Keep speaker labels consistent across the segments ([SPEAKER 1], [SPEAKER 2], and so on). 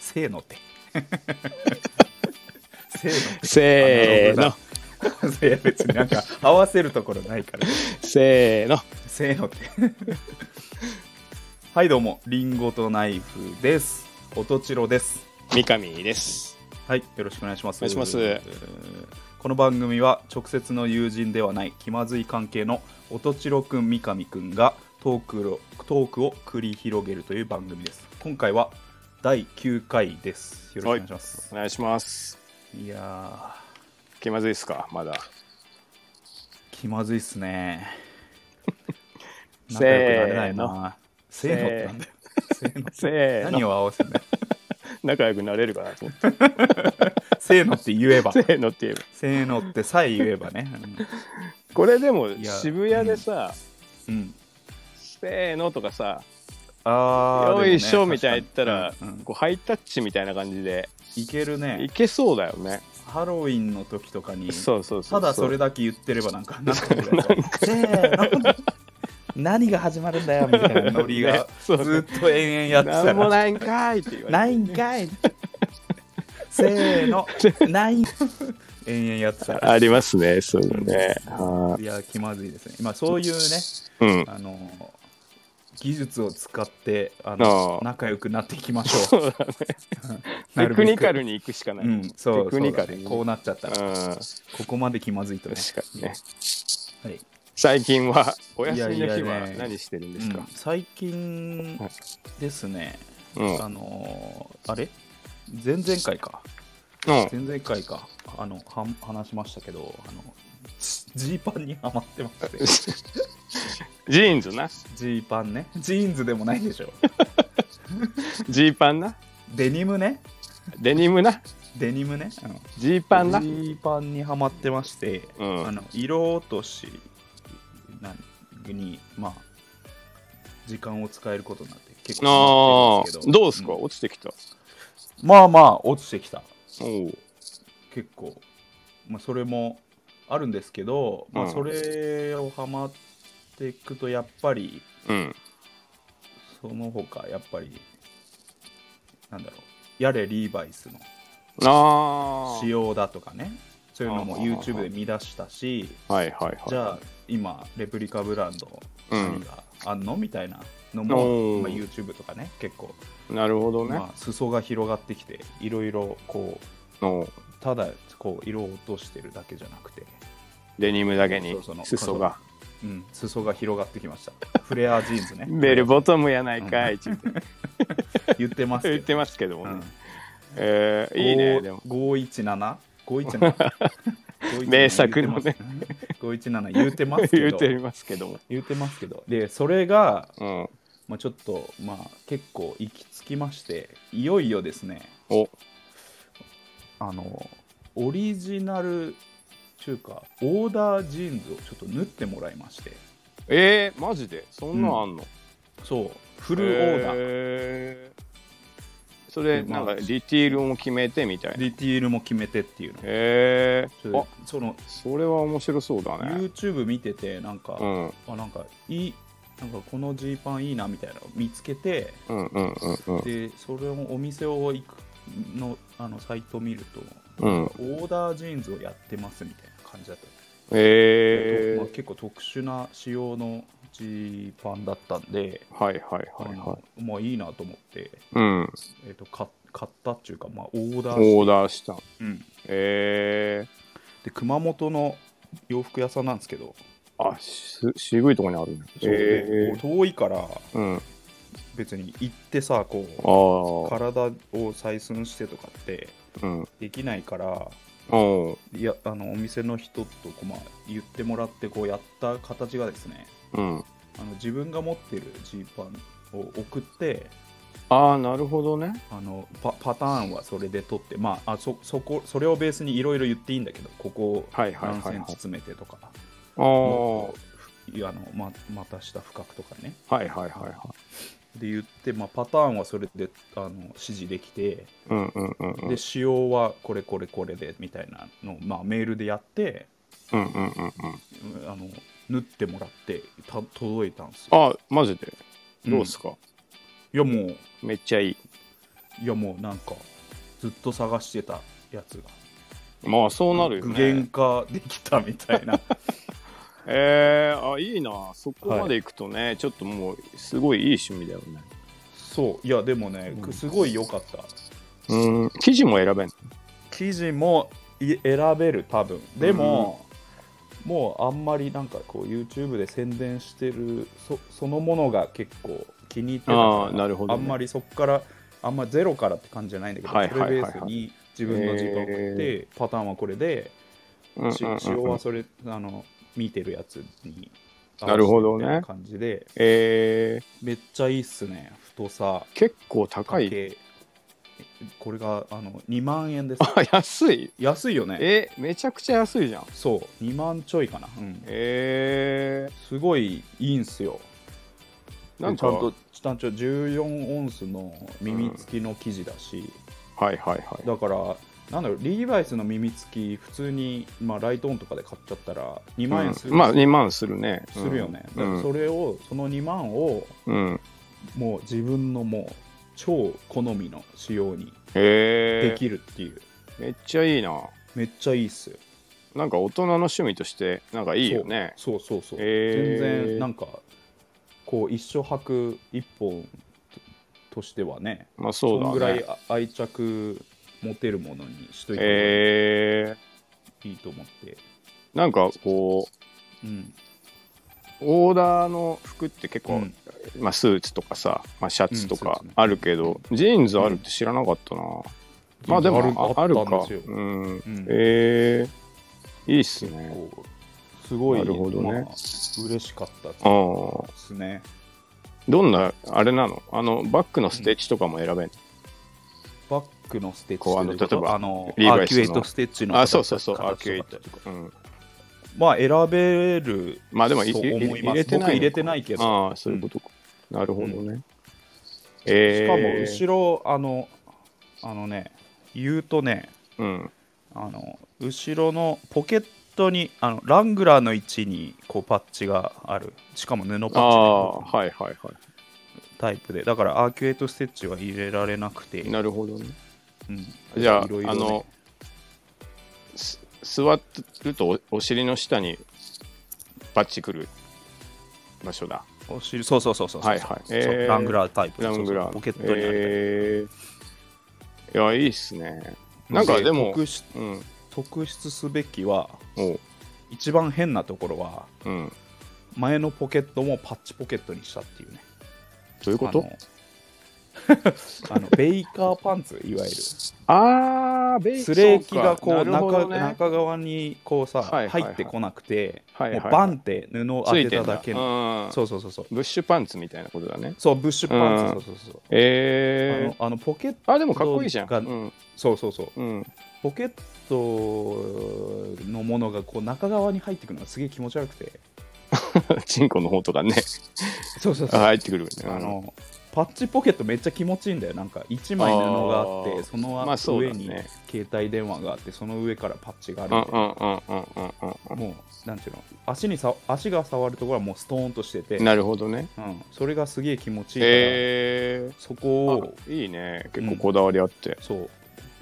[SPEAKER 1] せーのって せー
[SPEAKER 2] せー
[SPEAKER 1] のっ
[SPEAKER 2] の
[SPEAKER 1] てあのいや別になんか合わせるところないから
[SPEAKER 2] せーの
[SPEAKER 1] せーのってはいどうもリンゴとナイフです音ちろです
[SPEAKER 2] 三上です
[SPEAKER 1] はい、よろしくお願いします。
[SPEAKER 2] お願いします
[SPEAKER 1] えーこの番組は直接の友人ではない気まずい関係の音千代くん三上くんがトークをトークを繰り広げるという番組です。今回は第9回です。よろしくお願いします。
[SPEAKER 2] お願いします
[SPEAKER 1] い、や
[SPEAKER 2] 気まずいっすか まだ
[SPEAKER 1] ー、気まずいっすね。
[SPEAKER 2] せーの
[SPEAKER 1] 仲良くなれないな。せーのってなんだよ。せーの
[SPEAKER 2] せー
[SPEAKER 1] 何
[SPEAKER 2] の
[SPEAKER 1] を合わせるんだよ。
[SPEAKER 2] 仲良くなれるかなと思って
[SPEAKER 1] せーのって言えば
[SPEAKER 2] せ。ーのって言えば
[SPEAKER 1] せーのってさえ言えばね。
[SPEAKER 2] これでも
[SPEAKER 1] いや
[SPEAKER 2] 渋谷でさ、
[SPEAKER 1] うんうん。
[SPEAKER 2] せーのとかさ
[SPEAKER 1] あー
[SPEAKER 2] よいしょみたいな言ったら、
[SPEAKER 1] でもね確かにうんうん
[SPEAKER 2] こうハイタッチみたいな感じで
[SPEAKER 1] いける
[SPEAKER 2] い
[SPEAKER 1] ね
[SPEAKER 2] けそうだよね、
[SPEAKER 1] ハロウィンの時とかに
[SPEAKER 2] そうそうそう
[SPEAKER 1] ただそれ
[SPEAKER 2] だ
[SPEAKER 1] だけ言ってればなんかなんかみたいなせー の何が始まるんだよみたいなノリ
[SPEAKER 2] ね
[SPEAKER 1] がず
[SPEAKER 2] そ
[SPEAKER 1] っ
[SPEAKER 2] う
[SPEAKER 1] と延々やってた
[SPEAKER 2] なんも
[SPEAKER 1] ら
[SPEAKER 2] ないんかいって言われて
[SPEAKER 1] ないんかい せーのない延々やってたら
[SPEAKER 2] ありますねそういうのねはい
[SPEAKER 1] や気まずいですね今そういうね
[SPEAKER 2] いうん
[SPEAKER 1] あの技術を使ってあの
[SPEAKER 2] あー
[SPEAKER 1] 仲良くなっていきましょう
[SPEAKER 2] そうだね
[SPEAKER 1] な
[SPEAKER 2] テ
[SPEAKER 1] る
[SPEAKER 2] ク
[SPEAKER 1] べく
[SPEAKER 2] ニカルに行くしかない、
[SPEAKER 1] うんそう
[SPEAKER 2] テクニカル
[SPEAKER 1] そうだ
[SPEAKER 2] に
[SPEAKER 1] ねこうなっちゃったら
[SPEAKER 2] うん確
[SPEAKER 1] ここまで気まずいとね
[SPEAKER 2] かにね
[SPEAKER 1] はい
[SPEAKER 2] 最近はお休
[SPEAKER 1] い
[SPEAKER 2] みの
[SPEAKER 1] や
[SPEAKER 2] 日
[SPEAKER 1] いや
[SPEAKER 2] は
[SPEAKER 1] ね
[SPEAKER 2] 何してるんです
[SPEAKER 1] う
[SPEAKER 2] か
[SPEAKER 1] ん最近
[SPEAKER 2] はい
[SPEAKER 1] ですね、
[SPEAKER 2] うんうん
[SPEAKER 1] あのーあれ前々回か前々回かあのは話しましたけどあのジーパンにはまってますね
[SPEAKER 2] ジーンズな
[SPEAKER 1] ジーパンねジーンズでもないで しょ
[SPEAKER 2] ジーパンな
[SPEAKER 1] デニムね
[SPEAKER 2] デニムな
[SPEAKER 1] デニムね、うん
[SPEAKER 2] ジーパンな
[SPEAKER 1] ジーパンにはまってまして、
[SPEAKER 2] うん
[SPEAKER 1] あの色落としなにまあ時間を使えることになって結
[SPEAKER 2] あ
[SPEAKER 1] 構
[SPEAKER 2] ー
[SPEAKER 1] 使ってるん
[SPEAKER 2] どうですか、
[SPEAKER 1] ん
[SPEAKER 2] 落ちてきた
[SPEAKER 1] まあまあ落ちてきた
[SPEAKER 2] おう
[SPEAKER 1] 結構、まあ、それもあるんですけど、ま
[SPEAKER 2] う
[SPEAKER 1] あ、
[SPEAKER 2] ん
[SPEAKER 1] それをハマっていくとやっぱり
[SPEAKER 2] うん
[SPEAKER 1] その他やっぱりなんだろうやれリーバイスの
[SPEAKER 2] あ
[SPEAKER 1] 仕様だとかねそういうのも
[SPEAKER 2] あー
[SPEAKER 1] YouTube で見出したし
[SPEAKER 2] あはいはいはい
[SPEAKER 1] じゃあ今レプリカブランド
[SPEAKER 2] うん
[SPEAKER 1] 何があんのみたいなの
[SPEAKER 2] おー
[SPEAKER 1] も、まあ、YouTube とかね結構、
[SPEAKER 2] なるほどね、
[SPEAKER 1] まあ、裾が広がってきていろいろこう
[SPEAKER 2] おう
[SPEAKER 1] ただこう色を落としてるだけじゃなくて
[SPEAKER 2] デニムだけに
[SPEAKER 1] そうそうそう
[SPEAKER 2] 裾が
[SPEAKER 1] うん、裾が広がってきました。フレアジーンズ ね。
[SPEAKER 2] ベルボトムやないかいって
[SPEAKER 1] 言ってますけど。
[SPEAKER 2] 言ってますけどもね、
[SPEAKER 1] うん
[SPEAKER 2] えーいいねでも
[SPEAKER 1] 517 517 517
[SPEAKER 2] 名作のね
[SPEAKER 1] 言ってます。517言うてますけ
[SPEAKER 2] 言
[SPEAKER 1] ど。
[SPEAKER 2] ってますけども、
[SPEAKER 1] 言うてますけど。で、それが、
[SPEAKER 2] うん、
[SPEAKER 1] まあ、ちょっと、まあ、結構行き着きまして、いよいよですね、
[SPEAKER 2] お
[SPEAKER 1] あの、オリジナル、中華オーダージーンズをちょっと縫ってもらいまして、
[SPEAKER 2] えー、マジでそんなんあんの、
[SPEAKER 1] そう、フルオーダー。
[SPEAKER 2] えーそれ
[SPEAKER 1] ま
[SPEAKER 2] な
[SPEAKER 1] あ
[SPEAKER 2] んかディティールも決めてみたいな
[SPEAKER 1] ディティールも決めてっていうの。
[SPEAKER 2] へえ
[SPEAKER 1] ち
[SPEAKER 2] ー、
[SPEAKER 1] ょ
[SPEAKER 2] あ
[SPEAKER 1] っとその
[SPEAKER 2] それは面白そうだね
[SPEAKER 1] YouTube 見ててなんか、
[SPEAKER 2] うんうん
[SPEAKER 1] あなんかいいなんかこのジーパンいいなみたいなのを見つけて
[SPEAKER 2] うんうんうん
[SPEAKER 1] でそれをお店を行くのあのサイト見ると
[SPEAKER 2] うん
[SPEAKER 1] オーダージーンズをやってますみたいな感じだった、
[SPEAKER 2] え
[SPEAKER 1] まあ、
[SPEAKER 2] ー、
[SPEAKER 1] 結構特殊な仕様のジーパンだったんで、
[SPEAKER 2] はいはいはい
[SPEAKER 1] あ
[SPEAKER 2] は
[SPEAKER 1] の
[SPEAKER 2] い
[SPEAKER 1] まあいいなと思って、
[SPEAKER 2] うん
[SPEAKER 1] えっと買買ったっていうか、まあ、オーダーし
[SPEAKER 2] オーダーした
[SPEAKER 1] うん
[SPEAKER 2] え
[SPEAKER 1] で熊本の洋服屋さんなんですけど、
[SPEAKER 2] ー、あし渋いとこにあるね
[SPEAKER 1] そうでこう遠いから
[SPEAKER 2] ー、うん
[SPEAKER 1] 別に行ってさこう
[SPEAKER 2] ああ
[SPEAKER 1] 体を採寸してとかって
[SPEAKER 2] うん
[SPEAKER 1] できないから
[SPEAKER 2] おう
[SPEAKER 1] いやあのお店の人とこう、まあ、言ってもらってこうやった形がですね
[SPEAKER 2] うん
[SPEAKER 1] あの自分が持ってるジーパンを送って
[SPEAKER 2] ああなるほどね
[SPEAKER 1] あのパパターンはそれで取ってまああそそこそれをベースにいろいろ言っていいんだけどここを
[SPEAKER 2] はいはいはい
[SPEAKER 1] 何
[SPEAKER 2] はい
[SPEAKER 1] センチ詰めてとか、
[SPEAKER 2] ああはい
[SPEAKER 1] やあのま股下深くとかね
[SPEAKER 2] いはいはいはい
[SPEAKER 1] で言って、まあ、パターンはそれであの指示できて
[SPEAKER 2] うんうんうんうん
[SPEAKER 1] で仕様はこれこれこれでみたいなのを、まあ、メールでやって
[SPEAKER 2] うんうんうんうん
[SPEAKER 1] うんあの縫ってもらってた届いたんですよ
[SPEAKER 2] あマジでどうっすか、
[SPEAKER 1] いやもう
[SPEAKER 2] めっちゃいい
[SPEAKER 1] いやもうなんかずっと探してたやつ
[SPEAKER 2] まあそうな
[SPEAKER 1] が
[SPEAKER 2] るよ
[SPEAKER 1] 具
[SPEAKER 2] ね
[SPEAKER 1] 現化できたみたい な
[SPEAKER 2] えー、あいいなそこまでいくとね、ちょっともうすごいいい趣味だよね
[SPEAKER 1] そういやでもね
[SPEAKER 2] うん
[SPEAKER 1] すごい良かった
[SPEAKER 2] うん記事も選べん
[SPEAKER 1] 記事もい選べる多分でも、もうあんまりなんかこう YouTube で宣伝してるそそのものが結構気に入ってた
[SPEAKER 2] あ
[SPEAKER 1] か
[SPEAKER 2] ー
[SPEAKER 1] ら
[SPEAKER 2] なるほどね
[SPEAKER 1] あんまりそこからあんまゼロからって感じじゃないんだけど、
[SPEAKER 2] はいはいはいはい
[SPEAKER 1] それベースに自分の時間を送って、パターンはこれで
[SPEAKER 2] うんうん
[SPEAKER 1] し仕様
[SPEAKER 2] うんう
[SPEAKER 1] は
[SPEAKER 2] ん
[SPEAKER 1] それあの見てるやつに
[SPEAKER 2] なるほどね
[SPEAKER 1] 合わせてみたいな感じで
[SPEAKER 2] えー、
[SPEAKER 1] めっちゃいいっすね太さ
[SPEAKER 2] 結構高い
[SPEAKER 1] 丈これがあの2万円です
[SPEAKER 2] あ 安い
[SPEAKER 1] 安いよね
[SPEAKER 2] えめちゃくちゃ安いじゃん
[SPEAKER 1] そう2万ちょいかな、うん
[SPEAKER 2] え
[SPEAKER 1] すごいいいんすよ
[SPEAKER 2] ー、なん
[SPEAKER 1] ちゃ
[SPEAKER 2] か
[SPEAKER 1] んとちゃんと14オンスの耳付きの生地だし、
[SPEAKER 2] はいはいはい
[SPEAKER 1] だからなんだろうリーバイスの耳付き普通に、まあ、ライトオンとかで買っちゃったら2万円する,、
[SPEAKER 2] うんまあ2万するね
[SPEAKER 1] するよね、
[SPEAKER 2] う
[SPEAKER 1] だから
[SPEAKER 2] ん
[SPEAKER 1] それをその2万を
[SPEAKER 2] うん
[SPEAKER 1] もう自分のもう超好みの仕様にで
[SPEAKER 2] へえ
[SPEAKER 1] きるっていう、
[SPEAKER 2] めっちゃいいな
[SPEAKER 1] めっちゃいいっすよ
[SPEAKER 2] なんか大人の趣味としてなんかいいよね
[SPEAKER 1] そうそうそう、
[SPEAKER 2] へー
[SPEAKER 1] 全然なんかこう一生履く一本ととしてはね
[SPEAKER 2] まあそうだね
[SPEAKER 1] んぐらいあ愛着持てるものにしといて
[SPEAKER 2] え
[SPEAKER 1] いいと思って、
[SPEAKER 2] ー、なんかこう
[SPEAKER 1] うん
[SPEAKER 2] オーダーの服って結構、
[SPEAKER 1] うん
[SPEAKER 2] まあ、スーツとかさ、まあ、シャツと
[SPEAKER 1] うん
[SPEAKER 2] か
[SPEAKER 1] そうですね
[SPEAKER 2] あるけど、ジーンズあるって知らなかったな、まあでもあある
[SPEAKER 1] ったん
[SPEAKER 2] か
[SPEAKER 1] ですよ
[SPEAKER 2] うん、
[SPEAKER 1] ん
[SPEAKER 2] えー、いいっすね
[SPEAKER 1] こうすごい
[SPEAKER 2] なるほどね
[SPEAKER 1] まあ、嬉しかった
[SPEAKER 2] ああ
[SPEAKER 1] で
[SPEAKER 2] ー
[SPEAKER 1] すね
[SPEAKER 2] どんなあれなのあのバッグのステッチとかも選べんの、
[SPEAKER 1] バックのステッチ
[SPEAKER 2] こうあの
[SPEAKER 1] ということ
[SPEAKER 2] 例えば
[SPEAKER 1] あの
[SPEAKER 2] リーバ
[SPEAKER 1] アー
[SPEAKER 2] イスの
[SPEAKER 1] キュエイトステッチの
[SPEAKER 2] あそうそうそう
[SPEAKER 1] 形とか
[SPEAKER 2] アーキュエイト、うん、
[SPEAKER 1] まあ選べる
[SPEAKER 2] まあでもい
[SPEAKER 1] と
[SPEAKER 2] い
[SPEAKER 1] 思います
[SPEAKER 2] 入れてないのか
[SPEAKER 1] 僕入れてないけど
[SPEAKER 2] ああそういうことか、なるほどね、
[SPEAKER 1] し
[SPEAKER 2] え
[SPEAKER 1] かも後
[SPEAKER 2] ろ
[SPEAKER 1] ろあのあのね言うとね
[SPEAKER 2] うん
[SPEAKER 1] あの後ろのポケットにあのラングラーの位置にこうパッチがあるしかも布
[SPEAKER 2] あ
[SPEAKER 1] パ
[SPEAKER 2] あ
[SPEAKER 1] ッチ
[SPEAKER 2] はいはいは
[SPEAKER 1] のタイプでだからアーキュエイトステッチは入れられなくて、
[SPEAKER 2] いなるほどね
[SPEAKER 1] うん
[SPEAKER 2] じゃあ、
[SPEAKER 1] いろいろね
[SPEAKER 2] あのす座るとおお尻の下にバッチくる場所だ
[SPEAKER 1] お尻そうそうそうそうそう
[SPEAKER 2] はいはい
[SPEAKER 1] そう
[SPEAKER 2] えー
[SPEAKER 1] ラングラータイプ
[SPEAKER 2] ラング
[SPEAKER 1] そうそ
[SPEAKER 2] ラー
[SPEAKER 1] うポケットにある
[SPEAKER 2] えーいやいいっすねなんかでも
[SPEAKER 1] 特し
[SPEAKER 2] うん
[SPEAKER 1] 特筆すべきは
[SPEAKER 2] おう
[SPEAKER 1] 一番変なところは
[SPEAKER 2] うん
[SPEAKER 1] 前のポケットもパッチポケットにしたっていうね
[SPEAKER 2] どういうこと
[SPEAKER 1] あのあのベイカーパンツいわゆる
[SPEAKER 2] ああーベイ
[SPEAKER 1] スレーキがこう
[SPEAKER 2] なるほ
[SPEAKER 1] 中,、
[SPEAKER 2] どね
[SPEAKER 1] 中側にこうさ、
[SPEAKER 2] はいはいはい
[SPEAKER 1] 入ってこなくて、
[SPEAKER 2] はいはいは
[SPEAKER 1] も
[SPEAKER 2] い
[SPEAKER 1] うバンって布を当
[SPEAKER 2] つ
[SPEAKER 1] て
[SPEAKER 2] いて
[SPEAKER 1] た
[SPEAKER 2] ん
[SPEAKER 1] だ
[SPEAKER 2] だ
[SPEAKER 1] けの
[SPEAKER 2] の
[SPEAKER 1] そうそうそうそう
[SPEAKER 2] ブッシュパンツみたいなことだね。
[SPEAKER 1] そうブッシュパンツ、
[SPEAKER 2] うん
[SPEAKER 1] そうそうそうあ
[SPEAKER 2] え
[SPEAKER 1] のあのポケッ
[SPEAKER 2] ー、
[SPEAKER 1] ト
[SPEAKER 2] あ、でもかっこいいじゃん。
[SPEAKER 1] が
[SPEAKER 2] うん。
[SPEAKER 1] そうそうそう
[SPEAKER 2] うん、
[SPEAKER 1] ポケットのものがこう中側に入ってくるのがすげえ気持ち悪くて
[SPEAKER 2] チンコの方とか ね、
[SPEAKER 1] そうそうそう
[SPEAKER 2] 入ってくるよね。
[SPEAKER 1] あのパッチポケットめっちゃ気持ちいいんだよなんか1枚布があって
[SPEAKER 2] あー
[SPEAKER 1] その
[SPEAKER 2] まあそう
[SPEAKER 1] 上
[SPEAKER 2] だね
[SPEAKER 1] に携帯電話があってその上からパッチがある
[SPEAKER 2] うんん
[SPEAKER 1] で
[SPEAKER 2] うんうんうんうんうん
[SPEAKER 1] もうなんていうの足にさ足が触るところはもうストーンとしてて
[SPEAKER 2] うん。なるほどね。
[SPEAKER 1] うん、それがすげえ気持ちいいから、
[SPEAKER 2] え
[SPEAKER 1] そこを
[SPEAKER 2] ー、いいね。結構こだわりあって。
[SPEAKER 1] そう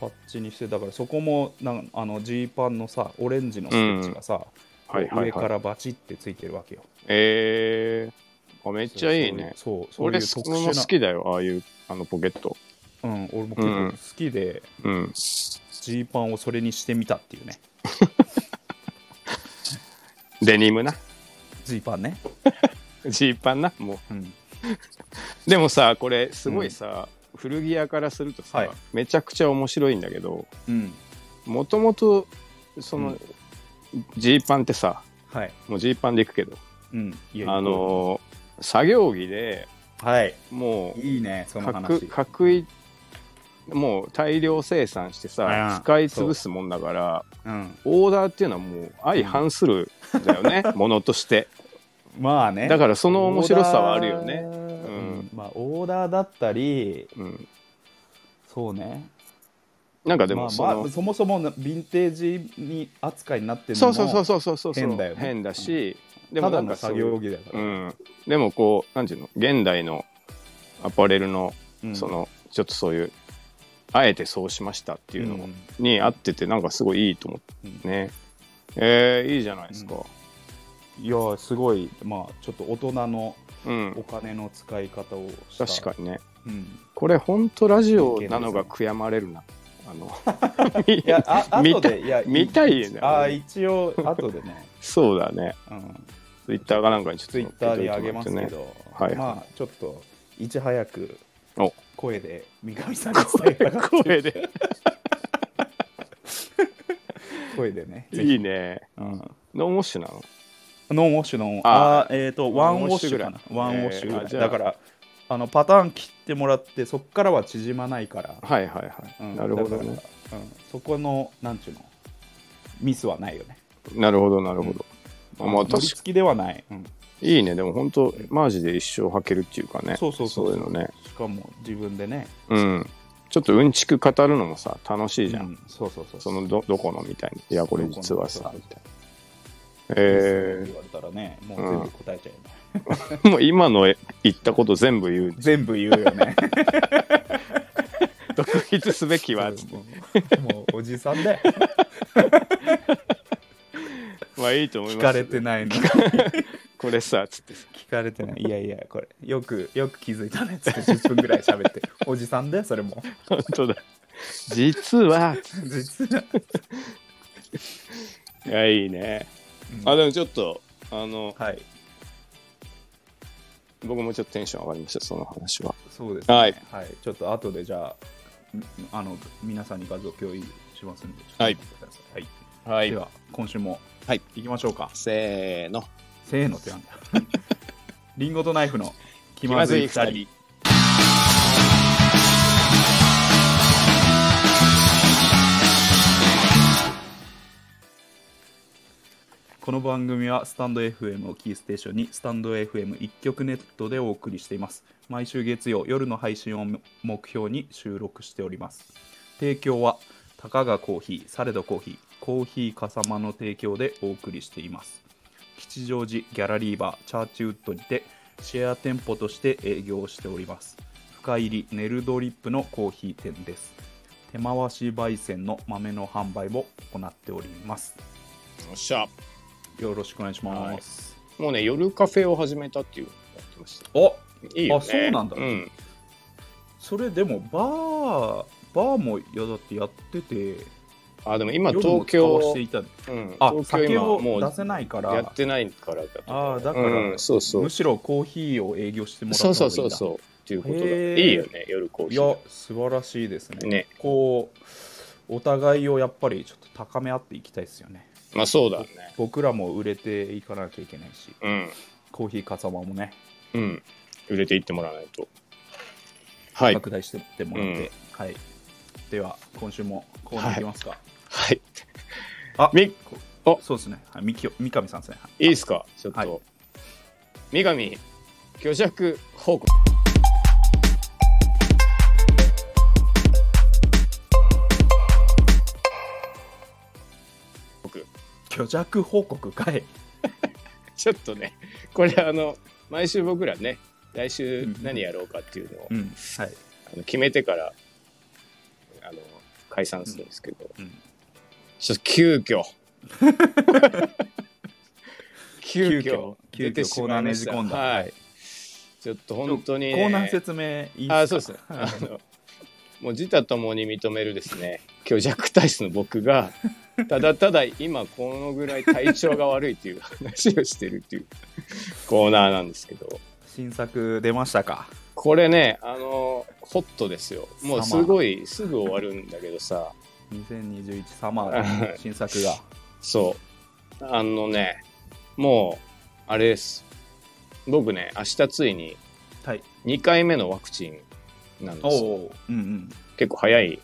[SPEAKER 1] パッチにしてだからそこもなんあのジーパンのさオレンジのステッチがさ、こう
[SPEAKER 2] はいはい
[SPEAKER 1] 上か
[SPEAKER 2] はい。
[SPEAKER 1] らバチってついてるわけよ
[SPEAKER 2] えー、あめっちゃいいね。
[SPEAKER 1] そうそうい
[SPEAKER 2] 俺、
[SPEAKER 1] う
[SPEAKER 2] そ
[SPEAKER 1] 特
[SPEAKER 2] こ
[SPEAKER 1] 殊
[SPEAKER 2] も
[SPEAKER 1] な
[SPEAKER 2] 好きだよ、ああいうあのポケット。
[SPEAKER 1] うん、俺も結構好きで
[SPEAKER 2] うん。
[SPEAKER 1] ジー、パンをそれにしてみたっていうね
[SPEAKER 2] デニムな。
[SPEAKER 1] ジーパンね、
[SPEAKER 2] ジーパンな。もう。
[SPEAKER 1] うん、
[SPEAKER 2] でもさ、これ、すごいさ、古着屋からするとさ、
[SPEAKER 1] はい
[SPEAKER 2] めちゃくちゃ面白いんだけど、
[SPEAKER 1] うん。
[SPEAKER 2] もともとそのジー、パンってさ
[SPEAKER 1] はい。
[SPEAKER 2] もうジーパンでいくけど
[SPEAKER 1] うん。いや
[SPEAKER 2] あ、のー作業着で
[SPEAKER 1] はい。
[SPEAKER 2] もう
[SPEAKER 1] いいね、その
[SPEAKER 2] 各
[SPEAKER 1] 話。
[SPEAKER 2] 各いもう大量生産して
[SPEAKER 1] あ
[SPEAKER 2] さ
[SPEAKER 1] あ
[SPEAKER 2] 使い潰すもんだから
[SPEAKER 1] うん。
[SPEAKER 2] オーダーっていうのはもう相反するんだよね、もの として
[SPEAKER 1] まあね。
[SPEAKER 2] だ
[SPEAKER 1] ら、
[SPEAKER 2] からその面白さはあるよね、
[SPEAKER 1] うん。まあ、オーダーだったり、
[SPEAKER 2] うん、
[SPEAKER 1] そうね。
[SPEAKER 2] なんかで
[SPEAKER 1] ま
[SPEAKER 2] も
[SPEAKER 1] あ
[SPEAKER 2] その、
[SPEAKER 1] まあ、そもそものヴィンテージに扱いになってるの
[SPEAKER 2] そう
[SPEAKER 1] も
[SPEAKER 2] そうそうそうそうそう
[SPEAKER 1] 変だよね
[SPEAKER 2] 変だし、で
[SPEAKER 1] た
[SPEAKER 2] もな
[SPEAKER 1] だ
[SPEAKER 2] ん
[SPEAKER 1] の
[SPEAKER 2] かそう
[SPEAKER 1] 作業着だか
[SPEAKER 2] う
[SPEAKER 1] ら。
[SPEAKER 2] ん、でもこうなんていうの現代のアパレルの
[SPEAKER 1] うん
[SPEAKER 2] そ、のちょっとそういうあえてそうしましたっていうの
[SPEAKER 1] うん
[SPEAKER 2] に合っててなんかすごいいいと思ってね、えーいいじゃないですか
[SPEAKER 1] いやーすごいまあちょっと大人の
[SPEAKER 2] うん、
[SPEAKER 1] お金の使い方をした
[SPEAKER 2] 確かにね
[SPEAKER 1] に、うん、
[SPEAKER 2] これ本当ラジオなのが悔やまれるなあの
[SPEAKER 1] いやあ後
[SPEAKER 2] 見た
[SPEAKER 1] でいや
[SPEAKER 2] 見たいよね
[SPEAKER 1] あー一応後でね、
[SPEAKER 2] そうだね
[SPEAKER 1] うん、
[SPEAKER 2] ツイッターかなんかにちょっと
[SPEAKER 1] ツイッターにあげますけど、
[SPEAKER 2] はい
[SPEAKER 1] まあちょっといち早く
[SPEAKER 2] お
[SPEAKER 1] 声で三上さんに伝えたかった
[SPEAKER 2] 声で
[SPEAKER 1] 声でね、ぜひ
[SPEAKER 2] いいね
[SPEAKER 1] うん、
[SPEAKER 2] ノーモッシュなの
[SPEAKER 1] ノーウォッシュのあ
[SPEAKER 2] あ
[SPEAKER 1] ーえっ、とワ
[SPEAKER 2] ワ
[SPEAKER 1] ン
[SPEAKER 2] ン
[SPEAKER 1] ウ
[SPEAKER 2] ウ
[SPEAKER 1] ォ
[SPEAKER 2] ォ
[SPEAKER 1] ッ
[SPEAKER 2] ッ
[SPEAKER 1] シ
[SPEAKER 2] シ
[SPEAKER 1] ュぐ
[SPEAKER 2] ュぐ
[SPEAKER 1] ら
[SPEAKER 2] ら
[SPEAKER 1] い
[SPEAKER 2] い
[SPEAKER 1] ワンウォッシュぐらい、
[SPEAKER 2] えーあじゃあ
[SPEAKER 1] だからあのパターン切ってもらってそっからは縮まないから、
[SPEAKER 2] はいはいはい、
[SPEAKER 1] うん
[SPEAKER 2] なるほど
[SPEAKER 1] だ
[SPEAKER 2] ね
[SPEAKER 1] からうん、そこのなんちゅうのミスはないよね
[SPEAKER 2] なるほどなるほど、あまあ
[SPEAKER 1] 乗り
[SPEAKER 2] 確か
[SPEAKER 1] 付きではない、うん
[SPEAKER 2] いいねでも本当マジで一生履けるっていうかね
[SPEAKER 1] そうそうそう
[SPEAKER 2] いうのね
[SPEAKER 1] しかも自分でね
[SPEAKER 2] うんちょっとうんちく語るのもさ楽しいじゃん、
[SPEAKER 1] うんそうそうそう
[SPEAKER 2] そのどどこのみたいにいやこれ実は
[SPEAKER 1] どこ
[SPEAKER 2] さ
[SPEAKER 1] の
[SPEAKER 2] み
[SPEAKER 1] み
[SPEAKER 2] たいな
[SPEAKER 1] え
[SPEAKER 2] え
[SPEAKER 1] 言われたらねもう全部答えちゃうよね、
[SPEAKER 2] ー、もう今のえ言ったこと全部言う
[SPEAKER 1] 全部言うよ ね
[SPEAKER 2] 独立すべきはつって
[SPEAKER 1] もうもうおじさんだよ
[SPEAKER 2] まあいいと思い
[SPEAKER 1] 聞
[SPEAKER 2] ます
[SPEAKER 1] かれてないの
[SPEAKER 2] これさつってさ
[SPEAKER 1] 聞かれてないいやいやこれよくよく気づいたねっつって10分ぐらい喋 っておじさんだよそれも
[SPEAKER 2] 本当だ実は
[SPEAKER 1] 実はい
[SPEAKER 2] やいいね、
[SPEAKER 1] うん
[SPEAKER 2] あでもちょっとあの
[SPEAKER 1] はい
[SPEAKER 2] 僕もちょっとテンション上がりましたその話は
[SPEAKER 1] そうですねは
[SPEAKER 2] はいい、
[SPEAKER 1] ちょっと後でじゃあんあの皆さんに画像共有しますんでちょっと見てください、はい
[SPEAKER 2] は
[SPEAKER 1] では今週も
[SPEAKER 2] はい
[SPEAKER 1] 行きましょうか
[SPEAKER 2] せーの
[SPEAKER 1] せーのってなんだリンゴとナイフの気まずい2人この番組はスタンド FM をキーステーションにスタンド FM 一曲ネットでお送りしています。毎週月曜夜の配信を目標に収録しております。提供はたかがコーヒー、サレドコーヒー、コーヒーかさまの提供でお送りしています。吉祥寺ギャラリーバーチャーチウッドにてシェア店舗として営業をしております深入りネルドリップのコーヒー店です手回し焙煎の豆の販売も行っております
[SPEAKER 2] よっしゃ
[SPEAKER 1] よろしくお願いします、
[SPEAKER 2] もうね夜カフェを始めたっていうのやってました
[SPEAKER 1] お
[SPEAKER 2] いいよ、
[SPEAKER 1] あ
[SPEAKER 2] ね、
[SPEAKER 1] そうなんだ
[SPEAKER 2] うん、
[SPEAKER 1] それでもバーバーもいやだってやってて
[SPEAKER 2] あでも今
[SPEAKER 1] 夜も
[SPEAKER 2] 東
[SPEAKER 1] 使わせ
[SPEAKER 2] 京
[SPEAKER 1] ていた
[SPEAKER 2] うん
[SPEAKER 1] あ
[SPEAKER 2] 東京
[SPEAKER 1] 酒
[SPEAKER 2] 今
[SPEAKER 1] を
[SPEAKER 2] もう
[SPEAKER 1] 出せないから
[SPEAKER 2] やってないからだと
[SPEAKER 1] ああだから、
[SPEAKER 2] うん、そうそう
[SPEAKER 1] むしろコーヒーを営業してもらった
[SPEAKER 2] そ
[SPEAKER 1] 方
[SPEAKER 2] う
[SPEAKER 1] がいいんだ
[SPEAKER 2] そうそうそうっていうことだ
[SPEAKER 1] へー
[SPEAKER 2] いいよね夜コー
[SPEAKER 1] い
[SPEAKER 2] ヒー
[SPEAKER 1] や素晴らしいですね
[SPEAKER 2] ね
[SPEAKER 1] こうお互いをやっぱりちょっと高め合っていきたいですよね
[SPEAKER 2] まあそうだね
[SPEAKER 1] 僕らも売れていかなきゃいけないし
[SPEAKER 2] うん
[SPEAKER 1] コーヒーかさまもね
[SPEAKER 2] うん売れていってもらわないとはい
[SPEAKER 1] 拡大してってもらって、
[SPEAKER 2] うん
[SPEAKER 1] はいでは今週もコーナーいきますか、
[SPEAKER 2] はい
[SPEAKER 1] あ
[SPEAKER 2] み
[SPEAKER 1] こ
[SPEAKER 2] あ
[SPEAKER 1] そうですね、はい、みき三上さんですねはい
[SPEAKER 2] いいですかちょっと、
[SPEAKER 1] はい
[SPEAKER 2] 三上虚弱報告僕
[SPEAKER 1] 虚弱報告かい
[SPEAKER 2] ちょっとねこれあの毎週僕らね来週
[SPEAKER 1] うん
[SPEAKER 2] 何やろうかっていうのを、
[SPEAKER 1] うんはい、
[SPEAKER 2] あの決めてからあの解散するんですけど、
[SPEAKER 1] うん、
[SPEAKER 2] ちょっと急遽急遽
[SPEAKER 1] 急遽
[SPEAKER 2] 出てしまいました
[SPEAKER 1] コーナーねじ込んだ
[SPEAKER 2] はい、ちょっと本当に、ね、
[SPEAKER 1] コーナー説明いい
[SPEAKER 2] あ
[SPEAKER 1] っ
[SPEAKER 2] そう
[SPEAKER 1] す
[SPEAKER 2] ですね
[SPEAKER 1] か
[SPEAKER 2] あのもう自他ともに認めるですね虚弱体質の僕 がただただ今このぐらい体調が悪いっていう話をしてるっていうコーナーなんですけど
[SPEAKER 1] 新作出ましたか
[SPEAKER 2] これねあのホットですよもうすごいすぐ終わるんだけどさ
[SPEAKER 1] 2021サマーの新作が
[SPEAKER 2] そう。あのね、もう、あれです。僕ね、明日ついに
[SPEAKER 1] はい
[SPEAKER 2] 2回目のワクチンなんですよ。
[SPEAKER 1] おおうんうん
[SPEAKER 2] 結構早い。